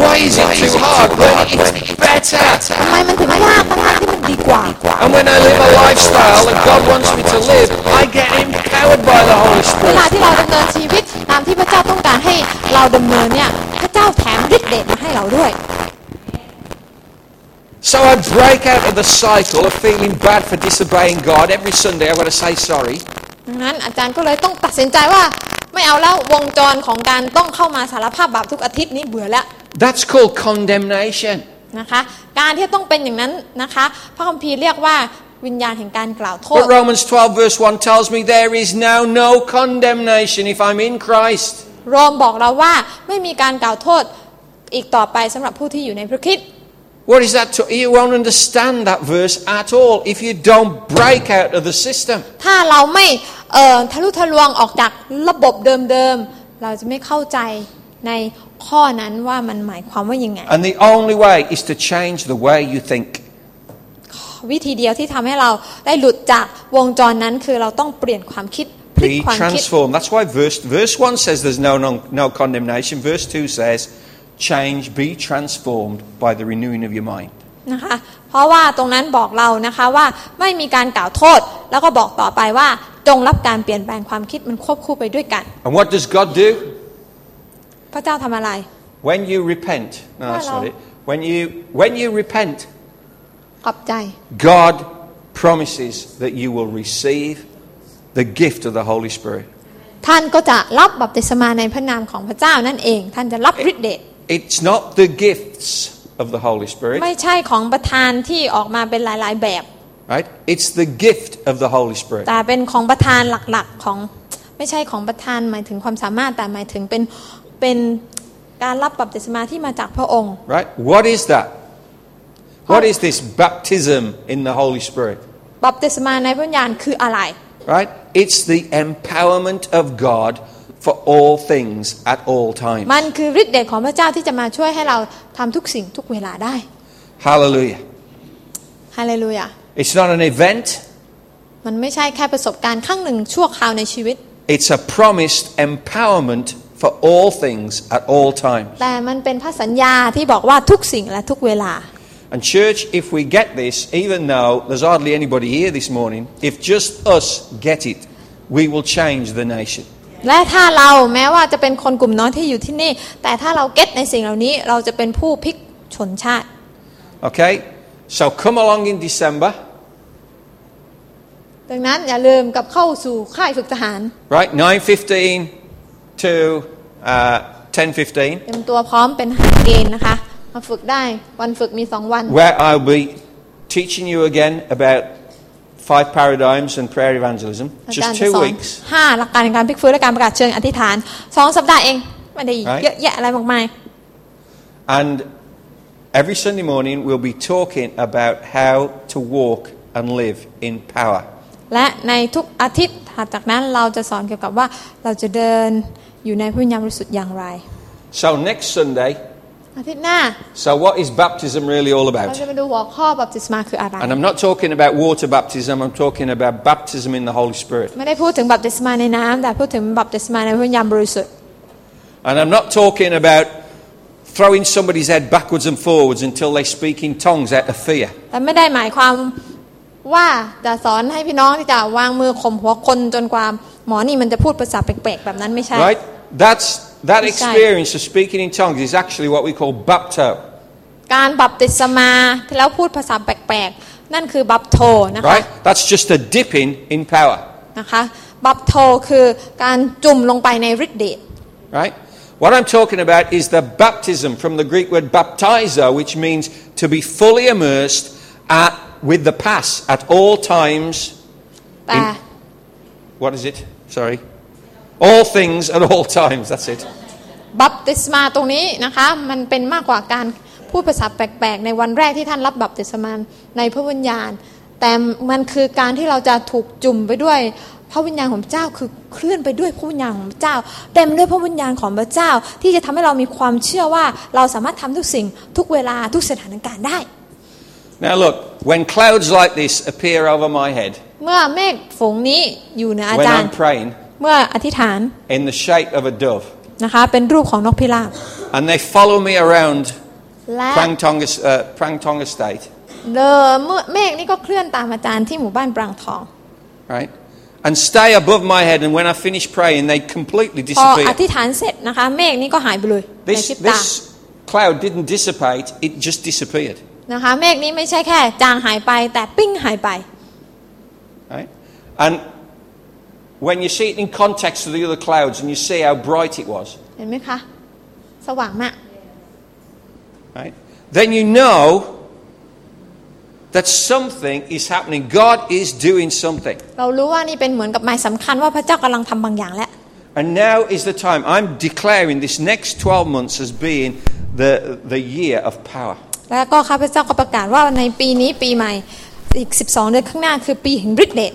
Speaker 4: Why is it too hard when it's better?
Speaker 2: ทำไมมันถึงยากมันยากที่มันดีกว่า
Speaker 1: And when I live a lifestyle that God wants me to live, I get empowered by the Holy
Speaker 2: เว
Speaker 1: Spirit.
Speaker 2: ลาที่เราดำเนินชีวิตตามที่พระเจ้าต้องการให้เราดำเนินเนี่ยพระเจ้าแถมฤทธิ์เดชมาให้เราด้วย
Speaker 1: So I break out of the cycle of feeling bad for disobeying God. Every Sunday I've got to say sorry.
Speaker 2: ดังนั้นอาจารย์ก็เลยต้องตัดสินใจว่า ไม่เอาแล้ววงจรของการต้องเข้ามาสารภาพบาปทุกอาทิตย์นี้เบื่อแล้ว
Speaker 1: That's called condemnation.
Speaker 2: นะคะการที่ต้องเป็นอย่างนั้นนะคะพระคัมภีร์เรียกว่าวิญญาณแห่งการกล่าวโทษ
Speaker 1: But Romans 12, verse 1 tells me there is now no condemnation if I'm in Christ.
Speaker 2: โรมบอกเราว่าไม่มีการกล่าวโทษอีกต่อไปสำหรับผู้ที่อยู่ในพระคริด
Speaker 1: What is that? To, you won't understand that verse at all if you don't break out of the system.
Speaker 2: ถ้าเราไม่เอ่อทะลุทะลวงออกจากระบบเดิมๆ เราจะไม่เข้าใจในข้อนั้นว่ามันหมายความว่ายังไง
Speaker 1: And the only way is to change the way you think.
Speaker 2: วิธีเดียวที่ทำให้เราได้หลุดจากวงจรนั้นคือเราต้องเปลี่ยนความคิดพ ลิก
Speaker 1: be
Speaker 2: ความคิด
Speaker 1: transformed. That's why verse, verse 1 says there's no, no, no condemnation. Verse 2 says, change, be transformed by the renewing of your mind.
Speaker 2: นะคะ เพราะว่าตรงนั้นบอกเรานะคะว่าไม่มีการกล่าวโทษ แล้วก็บอกต่อไปว่าจงรับการเปลี่ยนแปลงความคิดมันควบคู่ไปด้วยกัน
Speaker 1: And what does God do?
Speaker 2: พระเจ้าทำอะไร
Speaker 1: When you repent, no, that's not
Speaker 2: Hello.
Speaker 1: it. When you, when you repent,
Speaker 2: ขอบใจ
Speaker 1: God promises that you will receive the gift of the Holy Spirit.
Speaker 2: ท่านก็จะรับบัพติศมาในพระนามของพระเจ้านั่นเอง ท่านจะรับฤทธิ์เดช
Speaker 1: It's not the gifts of the Holy Spirit,
Speaker 2: ไม่ใช่ของประธานที่ออกมาเป็นหลาย ๆ แบบ
Speaker 1: right? It's the gift of the Holy Spirit.
Speaker 2: แต่เป็นของประธานหลัก ๆ ของไม่ใช่ของประธานหมายถึงความสามารถแต่หมายถึงเป็นเป็นการรับบัพติศมาที่มาจากพระองค์
Speaker 1: Right? What is that? What is this baptism in the Holy Spirit?
Speaker 2: บัพติศมาในพระวิญญาณคืออะไร
Speaker 1: Right? It's the empowerment of God for all things at all times.
Speaker 2: มันคือฤทธิ์เดชของพระเจ้าที่จะมาช่วยให้เราทำทุกสิ่งทุกเวลาได้
Speaker 1: Hallelujah.
Speaker 2: ฮาเลลูยา
Speaker 1: It's not an event,
Speaker 2: มันไม่ใช่แค่ประสบการณ์ครั้งหนึ่งชั่วคราวในชีวิต
Speaker 1: it's a promised empowerment for all things at all times.
Speaker 2: แต่มันเป็นพระสัญญาที่บอกว่าทุกสิ่งและทุกเวลา
Speaker 1: And, church, if we get this, even though there's hardly anybody here this morning, if just us get it, we will change the nation.
Speaker 2: และถ้าเราแม้ว่าจะเป็นคนกลุ่มน้อยที่อยู่ที่นี่ แต่ถ้าเราเก็ตในสิ่งเหล่านี้เราจะเป็นผู้พลิกชนชาติ
Speaker 1: Okay? So, come along in December.
Speaker 2: ดังนั้นอย่าลืมกลับเข้าสู่ค่ายฝึกทหาร
Speaker 1: Right, 9.15 to uh, 10.15,
Speaker 2: เตรียมตัวพร้อมเป็นทหารเกณฑ์นะคะ มาฝึกได้วันฝึกมีสองวัน
Speaker 1: where I'll be teaching you again about five paradigms and prayer evangelism.
Speaker 2: อาจารย์
Speaker 1: Just
Speaker 2: จะส
Speaker 1: two
Speaker 2: อน
Speaker 1: weeks.
Speaker 2: ห้าหลักการในการพลิกฟื้นและการประกาศเชิงอธิษฐานสองสัปดาห์เองไม่ได้เยอะแยะอะไรมากมาย
Speaker 1: And every Sunday morning we'll be talking about how to walk and live in power.
Speaker 2: และในทุกอาทิตย์ถัดจากนั้นเราจะสอนเกี่ยวกับว่าเราจะเดินอยู่ในพระวิญญาณบริสุทธิ์อย่างไร
Speaker 1: So next Sunday,
Speaker 2: อาทิตย์หน้า
Speaker 1: so what is baptism really all
Speaker 2: เรา
Speaker 1: about?
Speaker 2: จะมาดูหัวข้อบัพติศมาคืออะไร
Speaker 1: And I'm not talking about water baptism, I'm talking about baptism in the Holy Spirit.
Speaker 2: ไม่ได้พูดถึงบัพติศมาในน้ำแต่พูดถึงบัพติศมาในพระวิญญาณบริสุทธิ์
Speaker 1: And I'm not talking about throwing somebody's head backwards and forwards until they speak in tongues out of fear.
Speaker 2: แต่ไม่ได้หมายความว่าจะสอนให้พี่น้องที่จะวางมือข่มหัวคนจนกว่าหมอนี่มันจะพูดภาษาแปลกๆแบบนั้นไม่ใช่
Speaker 1: Right? That's that
Speaker 2: Inside.
Speaker 1: experience of speaking in tongues is actually what we call bapto.
Speaker 2: การบัพติศมาแล้วพูดภาษาแปลกๆนั่นคือบัพโทนะคะ
Speaker 1: Right? That's just a dipping in power.
Speaker 2: นะคะบัพโทคือการจุ่มลงไปในฤทธิ์เดช
Speaker 1: Right? What I'm talking about is the baptism from the Greek word baptizo, which means to be fully immersed at, with the pass at all times.
Speaker 2: แต่
Speaker 1: What is it? Sorry. All things at all times. That's it.
Speaker 2: บัพติศมาตรงนี้นะคะมันเป็นมากกว่าการพูดภาษาแปลกๆ ในวันแรกที่ท่านรับบัพติศมาในพระวิญญาณ แต่มันคือการที่เราจะถูกจุ่มไปด้วยพระวิญญาณของพระเจ้าคือเคลื่อนไปด้วยพระวิญญาณของพระเจ้าเต็มด้วยพระวิญญาณของพระเจ้า ที่จะทำให้เรามีความเชื่อว่าเราสามารถทำทุกสิ่งทุกเวลาทุกสถานการณ์ได้
Speaker 1: Now look, when clouds like this appear over my head,
Speaker 2: เมื่อเมฆฝูงนี้อยู่เหนืออา
Speaker 1: when
Speaker 2: จารย์
Speaker 1: I'm praying
Speaker 2: เมื่ออธิษฐาน
Speaker 1: in the shape of a dove,
Speaker 2: นะคะเป็นรูปของนกพิราบ
Speaker 1: and they follow me around
Speaker 2: และ
Speaker 1: Prang Tong, uh, Prang Tong Estate,
Speaker 2: เดิมเมื่อเมฆนี่ก็เคลื่อนตามอาจารย์ที่หมู่บ้านปรางทอง
Speaker 1: right? And stay above my head, and when I finish praying, they completely
Speaker 2: พออ
Speaker 1: disappear.
Speaker 2: ธิษฐานเสร็จนะคะ เมฆนี้ก็หายไปเลยใน
Speaker 1: This,
Speaker 2: พริบตา
Speaker 1: this cloud didn't dissipate, it just disappeared,
Speaker 2: นะคะ เมฆนี้ไม่ใช่แค่จางหายไปแต่ปิ้งหายไป
Speaker 1: right? And when you see it in context with the other clouds and you see how bright it was,
Speaker 2: เห็นไหมคะ สว่างมาก
Speaker 1: right? Then you know that something is happening. God is doing something.
Speaker 2: เรารู้ว่านี่เป็นเหมือนกับหมายสำคัญว่าพระเจ้ากำลังทำบางอย่างแล้ว
Speaker 1: And now is the time. I'm declaring this next 12 months as being the, the year of power.
Speaker 2: แล้วก็ข้าพเจ้าก็ประกาศว่าในปีนี้ปีใหม่อีก 12 เดือนข้างหน้าคือปีแห่งฤทธิ์เดช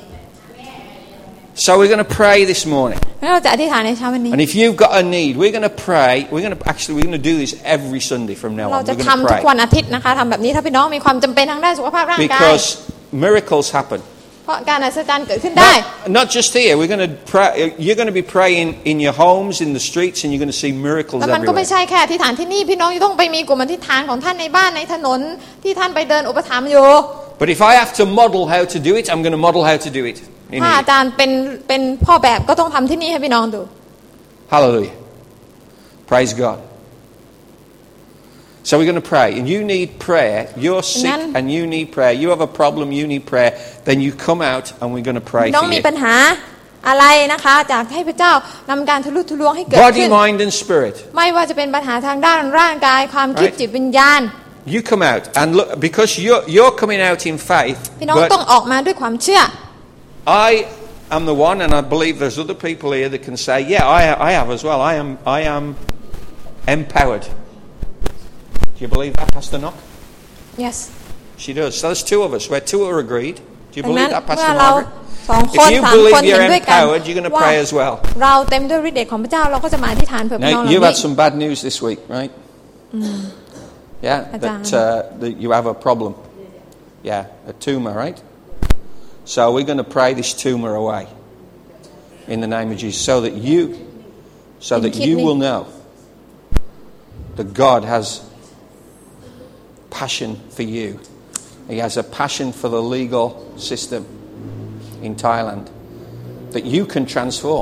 Speaker 1: So we're going to pray this morning.
Speaker 2: งั้นเราจะอธิษฐานในเช้าวันนี้
Speaker 1: And if you've got a need, we're going to pray. We're going to actually we're going to do this every Sunday from now
Speaker 2: เรา
Speaker 1: on.
Speaker 2: จะ
Speaker 1: We're
Speaker 2: ทำ
Speaker 1: going
Speaker 2: ทุ
Speaker 1: to
Speaker 2: กวั
Speaker 1: pray
Speaker 2: นอาทิตย์นะคะทำแบบนี้ถ้าพี่น้องมีความจำเป็นทางด้านสุขภาพร่างกาย
Speaker 1: because miracles happen.
Speaker 2: เพ เพราะการอัศจรรย์เกิดขึ้นได้
Speaker 1: Not, not just here. We're going to pray. You're going to be praying in your homes, in the streets, and you're going to see miracles
Speaker 2: แล้วมันก็
Speaker 1: everywhere.
Speaker 2: ไม่ใช่แค่อธิษฐานที่นี่พี่น้องจะต้องไปมีกลุ่มอธิษฐานของท่านในบ้านในถนนที่ท่านไปเดินอุปถัมภ์อยู่
Speaker 1: But if I have to model how to do it, I'm going to model how to do it. In
Speaker 2: ถ้า
Speaker 1: here.
Speaker 2: อาจารย์เป็นเป็นพ่อแบบก็ต้องทำที่นี่ให้พี่น้องดู
Speaker 1: Hallelujah. Praise God. So we're going to pray, and you need prayer. You're sick,
Speaker 2: Amen.
Speaker 1: and you need prayer. You have a problem, you need prayer. Then you come out, and we're going to pray
Speaker 2: พี่น้อง
Speaker 1: for
Speaker 2: มี
Speaker 1: you.
Speaker 2: ปัญหาอะไรนะคะจากให้พระเจ้านำการทะลุทะลวงให้เกิด
Speaker 1: Body,
Speaker 2: ขึ้น
Speaker 1: mind, and spirit.
Speaker 2: ไม่ว่าจะเป็นปัญหาทางด้านร่างกายความคิด
Speaker 1: Right.
Speaker 2: จิตวิญญาณ
Speaker 1: You come out, and look because you're you're coming out in faith.
Speaker 2: พี่น้อง
Speaker 1: but
Speaker 2: ต้องออกมาด้วยความเชื่อ
Speaker 1: I am the one, and I believe there's other people here that can say, "Yeah, I, I have as well. I am, I am empowered." Do you believe that, Pastor Knock?
Speaker 2: yes
Speaker 1: She does. So there's two of us. Where two are agreed. Do you
Speaker 2: ดัง
Speaker 1: believe
Speaker 2: นั้น
Speaker 1: that,
Speaker 2: เมื่อ
Speaker 1: Pastor
Speaker 2: เรา
Speaker 1: Margaret?
Speaker 2: สองคน
Speaker 1: If you
Speaker 2: สามคน
Speaker 1: believe
Speaker 2: เห็น
Speaker 1: you're
Speaker 2: ด้วยกัน
Speaker 1: empowered, you're going to
Speaker 2: ว่า
Speaker 1: pray as well.
Speaker 2: เราเต็มด้วยฤทธิ์เดชของพระเจ้าเราก็จะมาอธิษฐานเผื่อพี่น้อง
Speaker 1: Now,
Speaker 2: เรา
Speaker 1: you've
Speaker 2: ด้วย
Speaker 1: had some bad news this week, right?
Speaker 2: Mm.
Speaker 1: Yeah, that,
Speaker 2: Adan.
Speaker 1: uh, that you have a problem. Yeah, a tumour, right? So we're going to pray this tumour away in the name of Jesus so that you, so
Speaker 2: In
Speaker 1: that you
Speaker 2: kidney.
Speaker 1: will know that God has passion for you. He has a passion for the legal system in Thailand that you can transform.